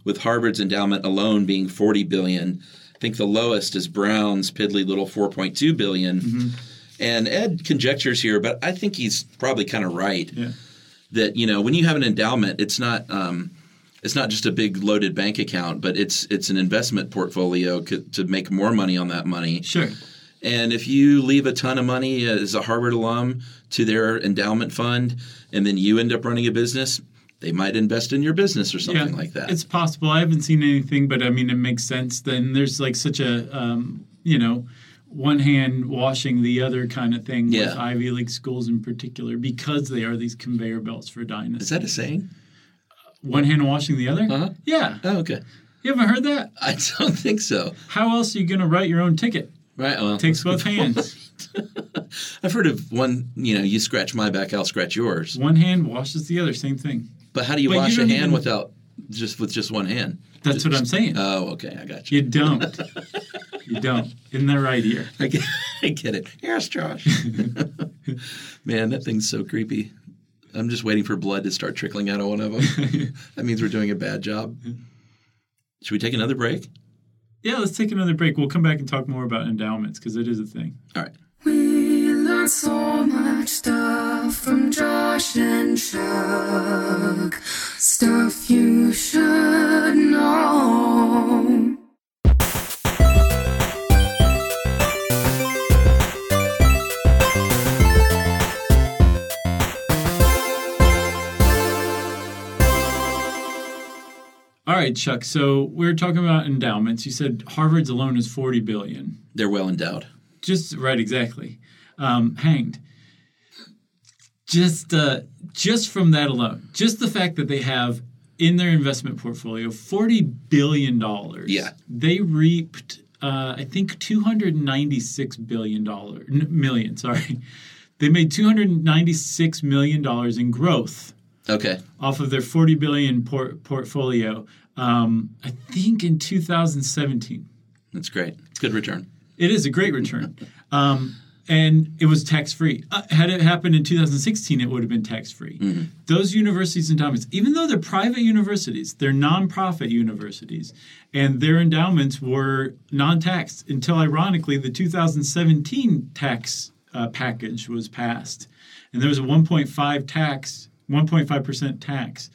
Speaker 3: with Harvard's endowment alone being 40 billion. I think the lowest is Brown's piddly little 4.2 billion. And Ed conjectures here, but I think he's probably kind of right
Speaker 2: Yeah.
Speaker 3: that you know when you have an endowment, it's not um, it's not just a big loaded bank account, but it's it's an investment portfolio c- to make more money on that money.
Speaker 2: Sure.
Speaker 3: And if you leave a ton of money as a Harvard alum to their endowment fund, and then you end up running a business, they might invest in your business or something like that.
Speaker 2: It's possible. I haven't seen anything, but I mean, it makes sense. Then there's like such a, um, you know, one hand washing the other kind of thing with
Speaker 3: Yeah.
Speaker 2: Ivy League schools in particular because they are these conveyor belts for
Speaker 3: Is
Speaker 2: dynasties.
Speaker 3: that a saying?
Speaker 2: one hand washing the other?
Speaker 3: Uh-huh.
Speaker 2: Yeah.
Speaker 3: Oh, okay. *laughs*
Speaker 2: You haven't heard that?
Speaker 3: I don't think so.
Speaker 2: How else are you going to write your own ticket?
Speaker 3: Right. Well,
Speaker 2: Takes both hands.
Speaker 3: I've heard of one. You know, you scratch my back, I'll scratch yours.
Speaker 2: One hand washes the other. Same thing.
Speaker 3: But how do you
Speaker 2: But you
Speaker 3: wash
Speaker 2: don't
Speaker 3: a hand
Speaker 2: even-
Speaker 3: without just with just one hand?
Speaker 2: That's what I'm saying.
Speaker 3: Oh, okay. I got
Speaker 2: You
Speaker 3: you.
Speaker 2: don't. you don't. In the right ear.
Speaker 3: I get, *laughs* I get it. Yes, Josh.
Speaker 2: *laughs*
Speaker 3: Man, that thing's so creepy. I'm just waiting for blood to start trickling out of one
Speaker 2: *laughs*
Speaker 3: of them. that means we're doing a bad job.
Speaker 2: Mm-hmm.
Speaker 3: Should we take another break?
Speaker 2: Yeah, let's take another break. We'll come back and talk more about endowments because it is a thing.
Speaker 3: All right.
Speaker 4: We learned so much stuff from Josh and Chuck. Stuff you should know.
Speaker 2: All right, Chuck. So we're talking about endowments. You said Harvard's alone is 40 billion.
Speaker 3: They're well endowed.
Speaker 2: Just right, exactly. Um, hanged. Just, uh, just from that alone, just the fact that they have in their investment portfolio 40 billion dollars.
Speaker 3: Yeah.
Speaker 2: They reaped, uh, I think, 296 billion dollar n- million. Sorry, *laughs* they made 296 million dollars in growth.
Speaker 3: Okay.
Speaker 2: off of their 40 billion por- portfolio um, i think in 2017
Speaker 3: That's great. It's good return.
Speaker 2: it is a great return um, and it was tax free uh, had it happened in 2016 it would have been tax free those universities and endowments even though they're private universities they're nonprofit universities and their endowments were non-taxed until ironically the 2017 tax uh, package was passed and there was a 1.5 tax 1.5% tax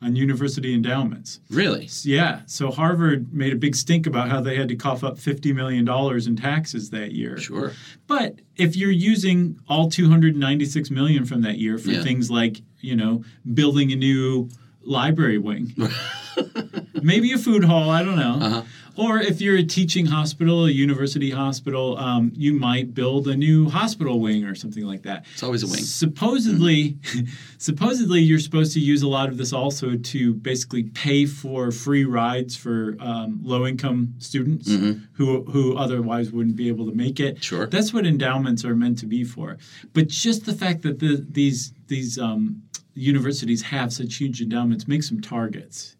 Speaker 2: on university endowments
Speaker 3: Really?
Speaker 2: yeah. So Harvard made a big stink about how they had to cough up $50 million in taxes that year.
Speaker 3: Sure.
Speaker 2: But if you're using all 296 million from that year for
Speaker 3: Yeah.
Speaker 2: things like, you know, building a new library
Speaker 3: *laughs*
Speaker 2: wing, maybe a food hall, I don't know.
Speaker 3: Uh-huh.
Speaker 2: Or if you're a teaching hospital, a university hospital, um, you might build a new hospital wing or something like that.
Speaker 3: It's always a wing.
Speaker 2: Supposedly, *laughs* supposedly you're supposed to use a lot of this also to basically pay for free rides for um, low-income students who who otherwise wouldn't be able to make it.
Speaker 3: Sure.
Speaker 2: that's what endowments are meant to be for. But just the fact that the, these these um, universities have such huge endowments makes them targets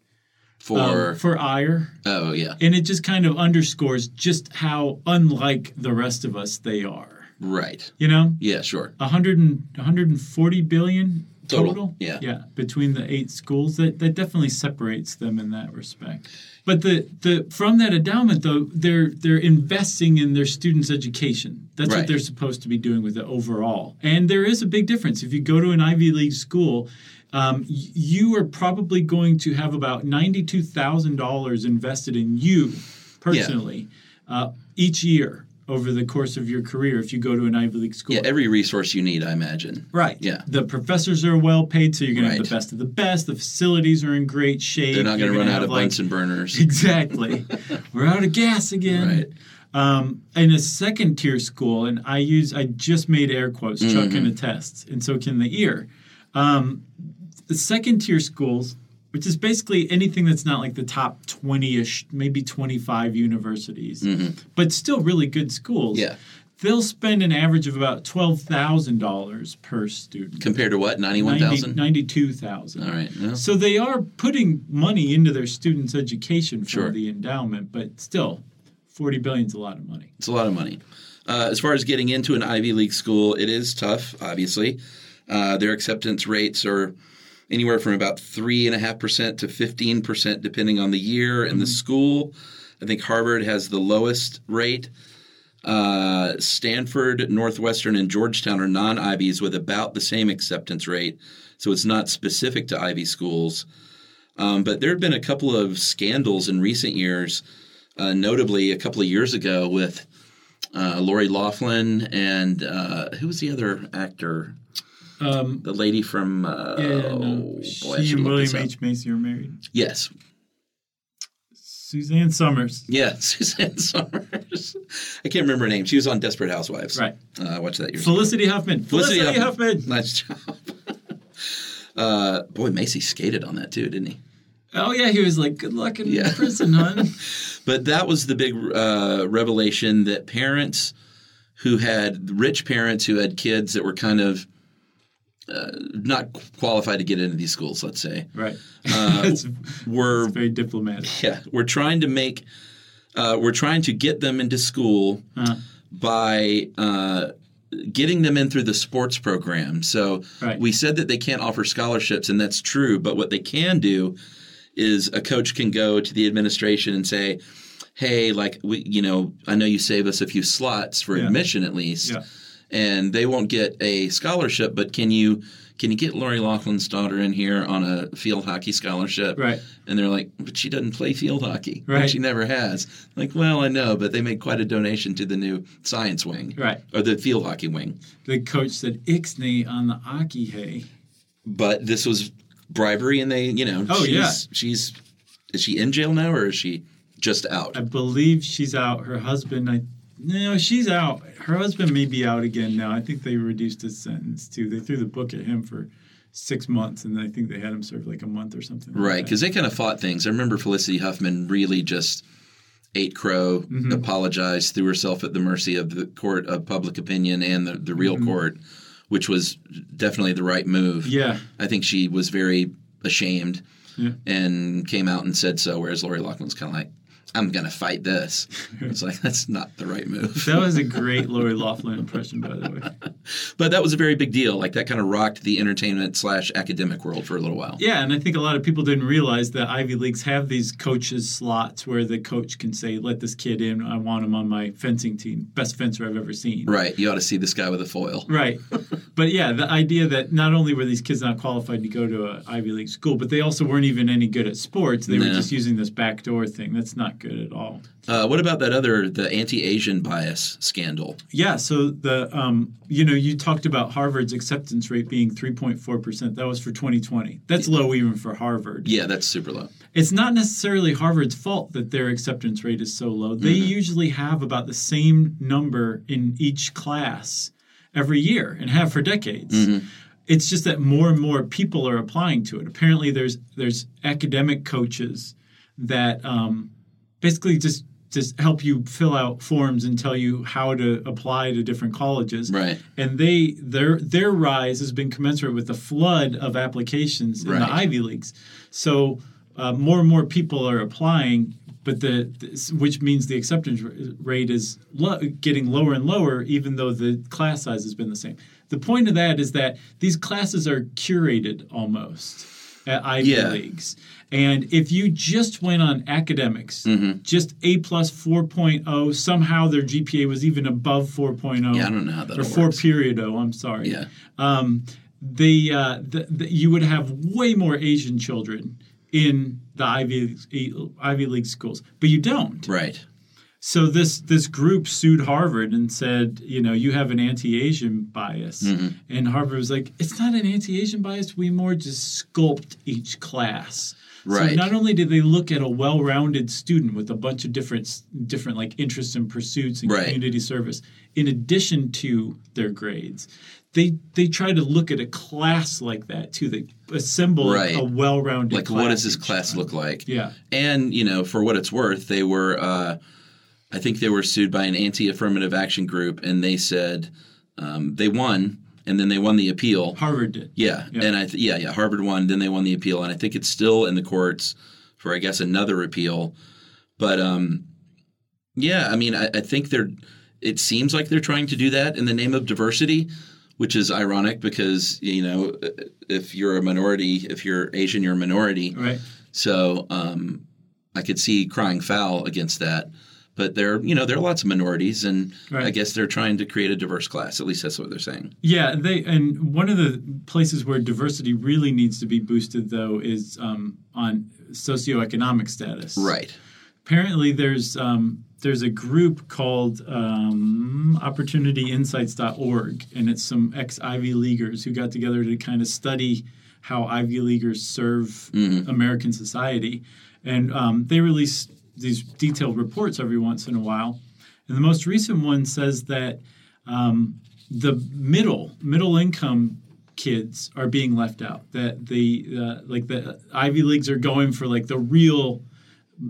Speaker 2: um,
Speaker 3: For,
Speaker 2: for ire
Speaker 3: oh, yeah.
Speaker 2: and it just kind of underscores just how unlike the rest of us they are.
Speaker 3: Right.
Speaker 2: You know,
Speaker 3: Yeah, sure.
Speaker 2: 100 and 140 billion total.
Speaker 3: Total, yeah.
Speaker 2: yeah, between the eight schools, that that definitely separates them in that respect. But the the from that endowment though, they're they're investing in their students' education. That's what
Speaker 3: Right.
Speaker 2: they're supposed to be doing with it overall. And there is a big difference if you go to an Ivy League school. Um, y- you are probably going to have about ninety-two thousand dollars invested in you personally uh, each year over the course of your career if you go to an Ivy League school.
Speaker 3: Yeah, every resource you need, I imagine.
Speaker 2: Right.
Speaker 3: Yeah.
Speaker 2: The professors are well paid, so you're going to have
Speaker 3: Right.
Speaker 2: the best of the best. The facilities are in great shape.
Speaker 3: They're not going
Speaker 2: You're
Speaker 3: to run
Speaker 2: gonna
Speaker 3: out
Speaker 2: have,
Speaker 3: of
Speaker 2: like-
Speaker 3: Bunsen
Speaker 2: *laughs*
Speaker 3: burners.
Speaker 2: Exactly. We're out of gas again.
Speaker 3: Right.
Speaker 2: Um, in a second tier school, and I use I just made air quotes.
Speaker 3: Mm-hmm.
Speaker 2: Chuck can attest, and so can the ear. Um, the second tier schools, which is basically anything that's not like the top twenty ish, maybe twenty five universities, but still really good schools.
Speaker 3: Mm-hmm. Yeah.
Speaker 2: They'll spend an average of about twelve thousand dollars per student.
Speaker 3: Compared to what? 91,000?
Speaker 2: 92,000.
Speaker 3: All right. Well,
Speaker 2: So they are putting money into their students' education for
Speaker 3: Sure.
Speaker 2: the endowment, but still, forty billion is a lot of money.
Speaker 3: It's a lot of money. Uh, as far as getting into an Ivy League school, it is tough, obviously. Uh, their acceptance rates are anywhere from about 3.5% to 15%, depending on the year and the school. I think Harvard has the lowest rate. Uh, Stanford, Northwestern, and Georgetown are non Ivies with about the same acceptance rate. So it's not specific to Ivy schools. Um, but there have been a couple of scandals in recent years, uh, notably a couple of years ago with uh, Lori Laughlin and uh, who was the other actor?
Speaker 2: Um,
Speaker 3: The lady from. Uh,
Speaker 2: yeah, yeah,
Speaker 3: oh,
Speaker 2: no.
Speaker 3: boy, I
Speaker 2: She
Speaker 3: should
Speaker 2: and
Speaker 3: look this
Speaker 2: William
Speaker 3: up.
Speaker 2: H. Macy are married.
Speaker 3: Yes.
Speaker 2: Suzanne Summers.
Speaker 3: Yeah, *laughs* Suzanne Summers. I can't remember her name. She was on Desperate Housewives.
Speaker 2: Right.
Speaker 3: Uh, I watched that years ago.
Speaker 2: Felicity Huffman. Felicity, Huffman.
Speaker 3: Nice job.
Speaker 2: *laughs*
Speaker 3: uh, boy, Macy skated on that too, didn't he?
Speaker 2: Oh yeah, he was like, "Good luck in
Speaker 3: Yeah.
Speaker 2: prison, hon."
Speaker 3: *laughs* But that was the big uh, revelation that parents who had rich parents who had kids that were kind of uh, not qualified to get into these schools, let's say,
Speaker 2: right. it's, *laughs*
Speaker 3: It's were
Speaker 2: it's very diplomatic.
Speaker 3: yeah, we're trying to make uh, we're trying to get them into school
Speaker 2: Uh,
Speaker 3: by uh, getting them in through the sports program. So
Speaker 2: Right.
Speaker 3: we said that they can't offer scholarships, and that's true. But what they can do is a coach can go to the administration and say, "Hey, like we, you know, I know you save us a few slots for
Speaker 2: Yeah.
Speaker 3: admission at least,
Speaker 2: Yeah.
Speaker 3: and they won't get a scholarship, but can you?" Can you get Lori Laughlin's daughter in here on a field hockey scholarship?
Speaker 2: Right.
Speaker 3: And they're like, but she doesn't play field hockey.
Speaker 2: Right.
Speaker 3: She never has. Like, well, I know, but they made quite a donation to the new science wing.
Speaker 2: Right.
Speaker 3: Or the field hockey wing.
Speaker 2: The coach said Ixnay on the Aki Hay.
Speaker 3: But this was bribery and they, you know,
Speaker 2: Oh,
Speaker 3: she's
Speaker 2: yeah.
Speaker 3: she's is she in jail now or is she just out?
Speaker 2: I believe she's out. Her husband, I no, she's out. Her husband may be out again now. I think they reduced his sentence too. They threw the book at him for six months, and I think they had him serve like a month or something. like
Speaker 3: right,
Speaker 2: that.
Speaker 3: because they kind of fought things. I remember Felicity Huffman really just ate crow,
Speaker 2: Mm-hmm.
Speaker 3: apologized, threw herself at the mercy of the court of public opinion and the, the
Speaker 2: Mm-hmm.
Speaker 3: real court, which was definitely the right move.
Speaker 2: yeah,
Speaker 3: I think she was very ashamed
Speaker 2: Yeah.
Speaker 3: and came out and said so. Whereas Lori Loughlin's kind of like, I'm going to fight this.
Speaker 2: *laughs*
Speaker 3: it's like, that's not the right move. *laughs*
Speaker 2: that was a great Lori Laughlin impression, by the way.
Speaker 3: But that was a very big deal. Like, that kind of rocked the entertainment slash academic world for a little while.
Speaker 2: Yeah, and I think a lot of people didn't realize that Ivy Leagues have these coaches slots where the coach can say, "Let this kid in. I want him on my fencing team. Best fencer I've ever seen."
Speaker 3: Right. You ought to see this guy with a foil.
Speaker 2: *laughs* Right. But yeah, the idea that not only were these kids not qualified to go to an Ivy League school, but they also weren't even any good at sports. They were
Speaker 3: No.
Speaker 2: just using this backdoor thing. That's not good at all.
Speaker 3: Uh, what about that other, the anti Asian bias scandal?
Speaker 2: Yeah, so the um, you know, you talked about Harvard's acceptance rate being 3.4%. That was for 2020. That's low even for Harvard.
Speaker 3: Yeah, that's super low.
Speaker 2: it's not necessarily Harvard's fault that their acceptance rate is so low. They usually have about the same number in each class every year and have for decades. It's just that more and more people are applying to it. Apparently, there's there's academic coaches that um, basically just just help you fill out forms and tell you how to apply to different colleges
Speaker 3: Right.
Speaker 2: and they their their rise has been commensurate with the flood of applications in
Speaker 3: Right.
Speaker 2: the Ivy Leagues. So uh, more and more people are applying, but the this- which means the acceptance r- rate is lo- getting lower and lower, even though the class size has been the same. The point of that is that these classes are curated almost at Ivy
Speaker 3: Yeah.
Speaker 2: Leagues. And if you just went on academics,
Speaker 3: Mm-hmm.
Speaker 2: just A plus 4.0, somehow their GPA was even above 4.0
Speaker 3: Yeah, I don't know how that
Speaker 2: or
Speaker 3: all
Speaker 2: four
Speaker 3: works.
Speaker 2: period oh i'm sorry
Speaker 3: Yeah.
Speaker 2: um the, uh, the, the you would have way more asian children in the ivy ivy league schools but you don't
Speaker 3: Right.
Speaker 2: so this this group sued harvard and said you know you have an anti-asian bias
Speaker 3: Mm-hmm.
Speaker 2: and harvard was like it's not an anti-asian bias we more just sculpt each class so
Speaker 3: Right.
Speaker 2: not only did they look at a well-rounded student with a bunch of different different like interests and pursuits and
Speaker 3: Right.
Speaker 2: community service in addition to their grades they they try to look at a class like that too they assemble
Speaker 3: Right.
Speaker 2: a well-rounded
Speaker 3: Like,
Speaker 2: class
Speaker 3: what does this
Speaker 2: each
Speaker 3: class
Speaker 2: time.
Speaker 3: look like?
Speaker 2: yeah
Speaker 3: And, you know, for what it's worth, they were, uh, I think they were sued by an anti affirmative action group, and they said um, they won, and then they won the appeal.
Speaker 2: harvard did
Speaker 3: Yeah.
Speaker 2: Yeah.
Speaker 3: And I, th- yeah, yeah, Harvard won, then they won the appeal. And I think it's still in the courts for, I guess, another appeal. But, um, yeah, I mean, I, I think they're, it seems like they're trying to do that in the name of diversity, which is ironic because you know if you're a minority, if you're Asian, you're a minority.
Speaker 2: Right.
Speaker 3: So um, I could see crying foul against that. But there, you know, there are lots of minorities, and I
Speaker 2: Right.
Speaker 3: guess they're trying to create a diverse class. At least that's what they're saying.
Speaker 2: Yeah, they and one of the places where diversity really needs to be boosted, though, is um, on socioeconomic status.
Speaker 3: Right.
Speaker 2: Apparently, there's um, there's a group called um, OpportunityInsights.org, and it's some ex Ivy Leaguers who got together to kind of study how Ivy Leaguers serve American society, and um, they release these detailed reports every once in a while. And the most recent one says that um, the middle middle income kids are being left out that the uh, like the ivy leagues are going for like the real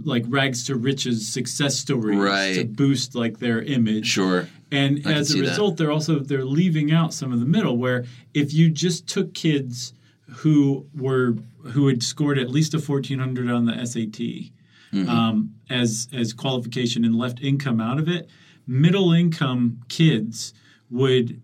Speaker 2: like rags to riches success stories to
Speaker 3: Right.
Speaker 2: boost like their image
Speaker 3: Sure.
Speaker 2: and
Speaker 3: can
Speaker 2: as
Speaker 3: see
Speaker 2: a
Speaker 3: that.
Speaker 2: result they're also they're leaving out some of the middle where if you just took kids who were who had scored at least a 1400 on the SAT
Speaker 3: Mm-hmm.
Speaker 2: um, as as qualification and left income out of it middle income kids would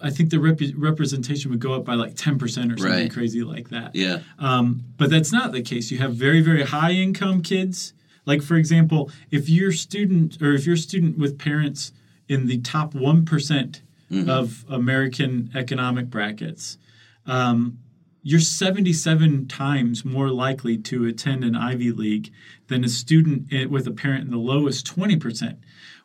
Speaker 2: I think the repu representation would go up by like 10% or something
Speaker 3: Right.
Speaker 2: crazy like that
Speaker 3: Yeah.
Speaker 2: but that's not the case. You have very, very high income kids. Like for example, if you're student or if you're student with parents in the top one of American economic brackets, um, you're 77 times more likely to attend an Ivy League than a student i- with a parent in the lowest 20 percent.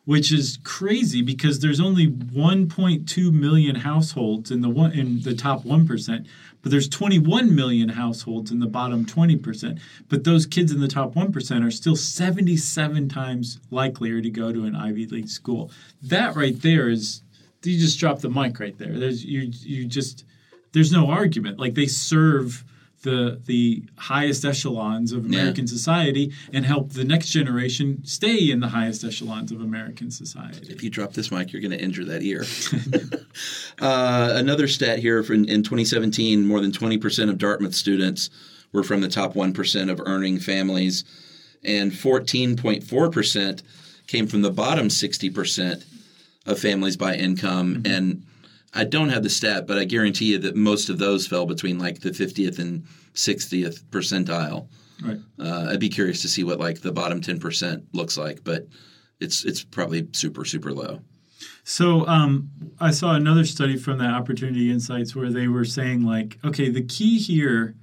Speaker 2: Which is crazy because there's only 1.2 million households in the one in the top one percent, but there's 21 million households in the bottom 20%. But those kids in the top 1% are still 77 times likelier to go to an Ivy League school. That right there is you just drop the mic right there. There's you you just there's no argument. Like they serve the the highest echelons of
Speaker 3: Yeah.
Speaker 2: American society and help the next generation stay in the highest echelons of American society.
Speaker 3: If you drop this mic, you're going to injure that ear. *laughs* uh, another stat here from in 2017, more than 20% of Dartmouth students were from the top 1% of earning families, and 14.4% came from the bottom 60% of families by income. And I don't have the stat, but I guarantee you that most of those fell between like the 50th and 60th percentile.
Speaker 2: Right.
Speaker 3: Uh, I'd be curious to see what like the bottom 10% looks like, but it's it's probably super super low.
Speaker 2: So um, I saw another study from that Opportunity Insights where they were saying like, okay, the key here,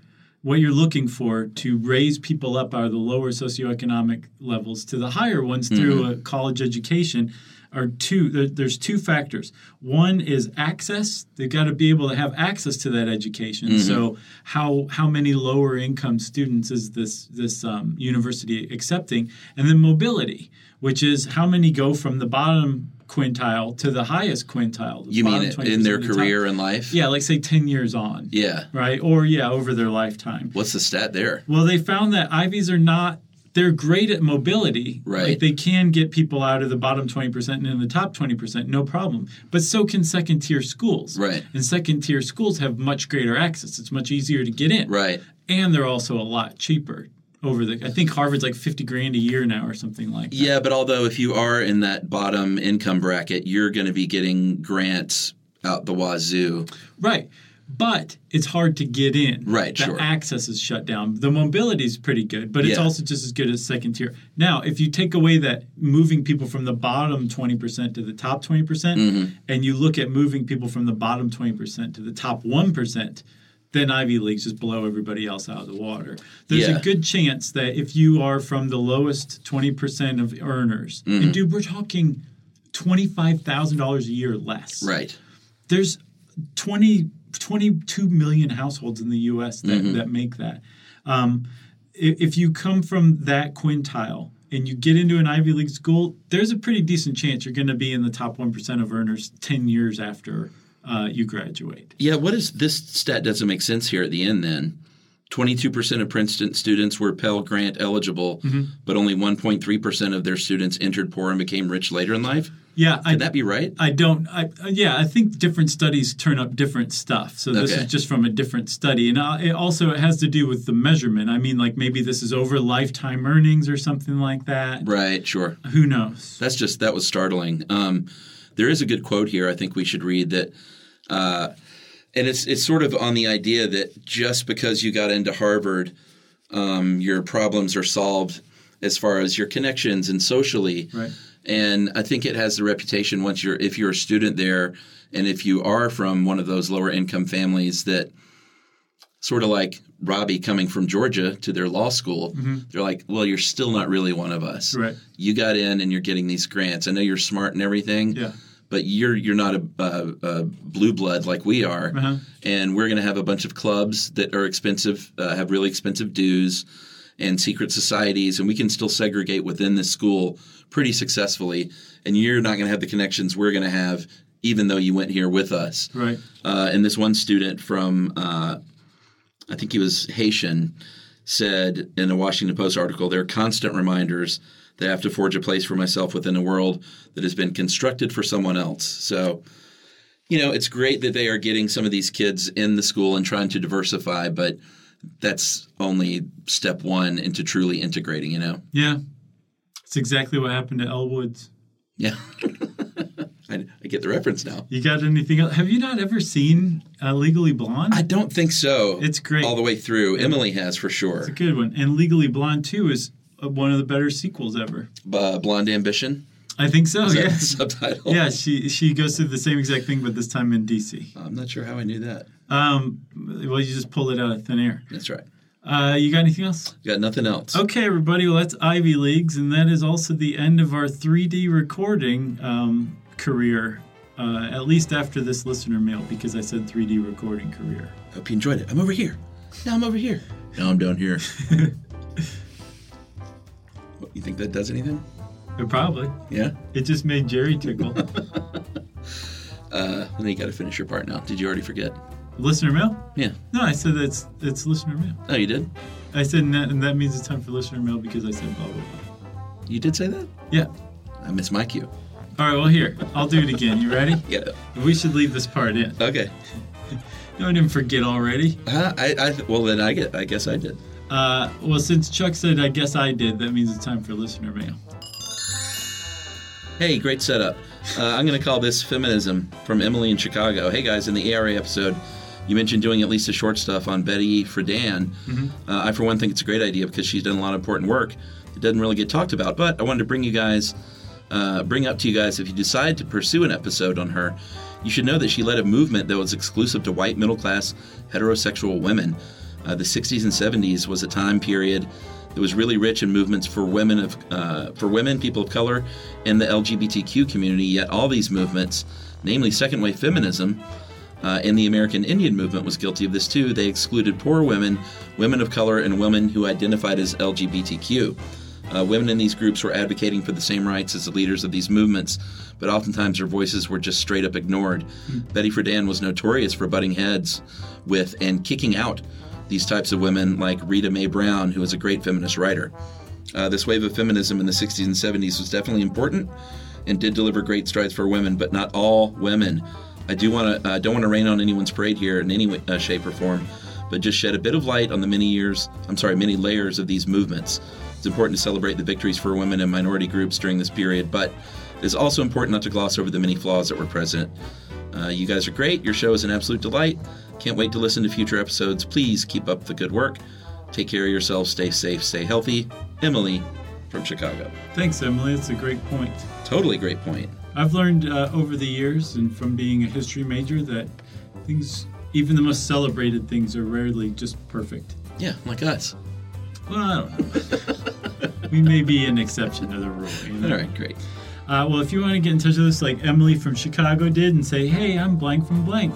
Speaker 2: what you're looking for to raise people up out of the lower socioeconomic levels to the higher ones through
Speaker 3: Mm-hmm.
Speaker 2: a college education are two there, there's two factors one is access they've got to be able to have access to that education
Speaker 3: Mm-hmm.
Speaker 2: so how how many lower income students is this this um, university accepting and then mobility which is how many go from the bottom quintile to the highest quintile the
Speaker 3: You mean
Speaker 2: bottom
Speaker 3: it- in their
Speaker 2: 20% of the
Speaker 3: career
Speaker 2: top.
Speaker 3: and life?
Speaker 2: yeah like say 10 years on
Speaker 3: Yeah.
Speaker 2: right or yeah over their lifetime
Speaker 3: What's the stat there?
Speaker 2: well, they found that Ivies are not. They're great at mobility.
Speaker 3: Right.
Speaker 2: Like they can get people out of the bottom 20% and in the top 20%, no problem. But so can second tier schools.
Speaker 3: Right.
Speaker 2: And second tier schools have much greater access. It's much easier to get in.
Speaker 3: Right.
Speaker 2: And they're also a lot cheaper over the I think Harvard's like 50 grand a year now or something like that.
Speaker 3: Yeah, but although if you are in that bottom income bracket, you're going to be getting grants out the wazoo.
Speaker 2: Right. But it's hard to get in.
Speaker 3: Right,
Speaker 2: the
Speaker 3: sure.
Speaker 2: access is shut down. The mobility is pretty good, but it's
Speaker 3: Yeah.
Speaker 2: also just as good as second tier. Now, if you take away that moving people from the bottom 20% to the top 20%,
Speaker 3: Mm-hmm.
Speaker 2: percent and you look at moving people from the bottom 20% to the top 1%, then Ivy League's just blow everybody else out of the water. There's
Speaker 3: Yeah.
Speaker 2: a good chance that if you are from the lowest 20% of earners,
Speaker 3: Mm-hmm.
Speaker 2: and dude, we're talking $25,000 a year less
Speaker 3: Right.
Speaker 2: there's 20, 22 million households in the U.S. that,
Speaker 3: Mm-hmm.
Speaker 2: that make that. Um, i- if you come from that quintile and you get into an Ivy League school, there's a pretty decent chance you're going to be in the top 1% of earners 10 years after uh, you graduate.
Speaker 3: Yeah, what is this stat doesn't make sense here at the end then. 22% of Princeton students were Pell Grant eligible,
Speaker 2: Mm-hmm.
Speaker 3: but only 1.3% of their students entered poor and became rich later in life.
Speaker 2: Yeah, I,
Speaker 3: Would that be right?
Speaker 2: I don't. I uh, yeah. I think different studies turn up different stuff. So this
Speaker 3: Okay.
Speaker 2: is just from a different study, and uh, it also it has to do with the measurement. I mean, like maybe this is over lifetime earnings or something like that.
Speaker 3: Right, sure.
Speaker 2: Who knows?
Speaker 3: That's just that was startling. Um, there is a good quote here. I think we should read that Uh, and it's it's sort of on the idea that just because you got into Harvard, um, your problems are solved as far as your connections and socially.
Speaker 2: Right.
Speaker 3: And I think it has the reputation once you're if you're a student there, and if you are from one of those lower income families that sort of like Robbie coming from Georgia to their law school, they're like, well, you're still not really one of us.
Speaker 2: Mm-hmm. Right.
Speaker 3: You got in and you're getting these grants. I know you're smart and everything.
Speaker 2: Yeah.
Speaker 3: But you're you're not a, a, a blue blood like we are,
Speaker 2: Uh-huh.
Speaker 3: and we're going to have a bunch of clubs that are expensive, uh, have really expensive dues, and secret societies, and we can still segregate within this school pretty successfully. And you're not going to have the connections we're going to have, even though you went here with us
Speaker 2: Right.
Speaker 3: uh, and this one student from uh, I think he was Haitian said in a Washington Post article, "There are constant reminders that I have to forge a place for myself within a world that has been constructed for someone else." So, you know, it's great that they are getting some of these kids in the school and trying to diversify, but that's only step one into truly integrating. You know,
Speaker 2: Yeah. It's exactly what happened to Elwoods.
Speaker 3: yeah. *laughs* I, I get the reference now.
Speaker 2: You got anything else? Have you not ever seen uh, Legally Blonde?
Speaker 3: I don't think so.
Speaker 2: It's great.
Speaker 3: all the way through. Emily has for sure.
Speaker 2: It's a good one. And Legally Blonde 2 is uh, one of the better sequels ever.
Speaker 3: uh, Blonde Ambition.
Speaker 2: I think so,
Speaker 3: Is that the *laughs*
Speaker 2: yes.
Speaker 3: subtitle?
Speaker 2: Yeah, she she goes through the same exact thing, but this time in DC.
Speaker 3: Oh, I'm not sure how I knew that.
Speaker 2: Um, well, you just pull it out of thin air.
Speaker 3: That's right.
Speaker 2: Uh, you got anything else?
Speaker 3: Got nothing else.
Speaker 2: Okay, everybody. Well, that's Ivy Leagues, and that is also the end of our 3D recording um, career, uh, at least after this listener mail, because I said 3D recording career.
Speaker 3: Hope you enjoyed it. I'm over here. Now I'm over here. Now I'm down here. what, you think that does anything?
Speaker 2: But probably.
Speaker 3: Yeah.
Speaker 2: It just made Jerry tickle.
Speaker 3: Uh, then you got to finish your part now. Did you already forget?
Speaker 2: listener mail?
Speaker 3: Yeah.
Speaker 2: No, I said that's it's listener mail.
Speaker 3: Oh, you did.
Speaker 2: I said, and that, and that means it's time for listener mail because I said blah, blah, blah.
Speaker 3: You did say that.
Speaker 2: Yeah.
Speaker 3: I missed my cue.
Speaker 2: All right, well, here. I'll do it again. You ready?
Speaker 3: Yeah.
Speaker 2: We should leave this part in.
Speaker 3: Okay.
Speaker 2: No, I didn't forget already.
Speaker 3: Uh, I, I. Well, then I get. I guess I did.
Speaker 2: Uh, well, since Chuck said, I guess I did, that means it's time for listener mail.
Speaker 3: Hey, great setup. Uh, I'm going to call this Feminism from Emily in Chicago. Hey, guys, in the ARA episode, you mentioned doing at least a short stuff on Betty Friedan. Uh, I, for one, think it's a great idea because she's done a lot of important work that doesn't really get talked about. But I wanted to bring you guys, uh, bring up to you guys, if you decide to pursue an episode on her, you should know that she led a movement that was exclusive to white, middle class, heterosexual women. Uh, the 60s and 70s was a time period that was really rich in movements for women of uh, for women, people of color, and the LGBTQ community. Yet all these movements, namely second wave feminism, uh, and the American Indian movement was guilty of this too. They excluded poor women, women of color, and women who identified as LGBTQ. Uh, women in these groups were advocating for the same rights as the leaders of these movements, but oftentimes their voices were just straight up ignored. Betty Friedan was notorious for butting heads with and kicking out these types of women, like Rita Mae Brown, who was a great feminist writer. Uh, this wave of feminism in the 60s and 70s was definitely important and did deliver great strides for women, but not all women. I do want to uh, don't want to rain on anyone's parade here in any way, uh, shape or form, but just shed a bit of light on the many years I'm sorry many layers of these movements. It's important to celebrate the victories for women and minority groups during this period, but it's also important not to gloss over the many flaws that were present. Uh, you guys are great. Your show is an absolute delight. Can't wait to listen to future episodes. Please keep up the good work. Take care of yourselves. Stay safe. Stay healthy. Emily from Chicago.
Speaker 2: Thanks, Emily. That's a great point.
Speaker 3: Totally great point.
Speaker 2: I've learned uh, over the years and from being a history major that things, even the most celebrated things, are rarely just perfect.
Speaker 3: Yeah, like us.
Speaker 2: Well, I don't know. we may be an exception to the rule. You
Speaker 3: All
Speaker 2: know?
Speaker 3: right, great.
Speaker 2: Uh, well, if you want to get in touch with us like Emily from Chicago did and say, hey, I'm blank from blank,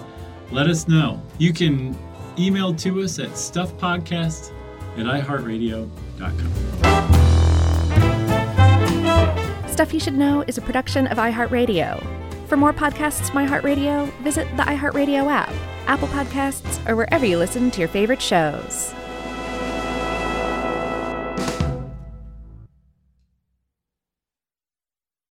Speaker 2: let us know. You can email to us at stuffpodcast at iheartradio.com.
Speaker 1: Stuff You Should Know is a production of iHeartRadio. For more podcasts from iHeartRadio, visit the iHeartRadio app, Apple Podcasts, or wherever you listen to your favorite shows.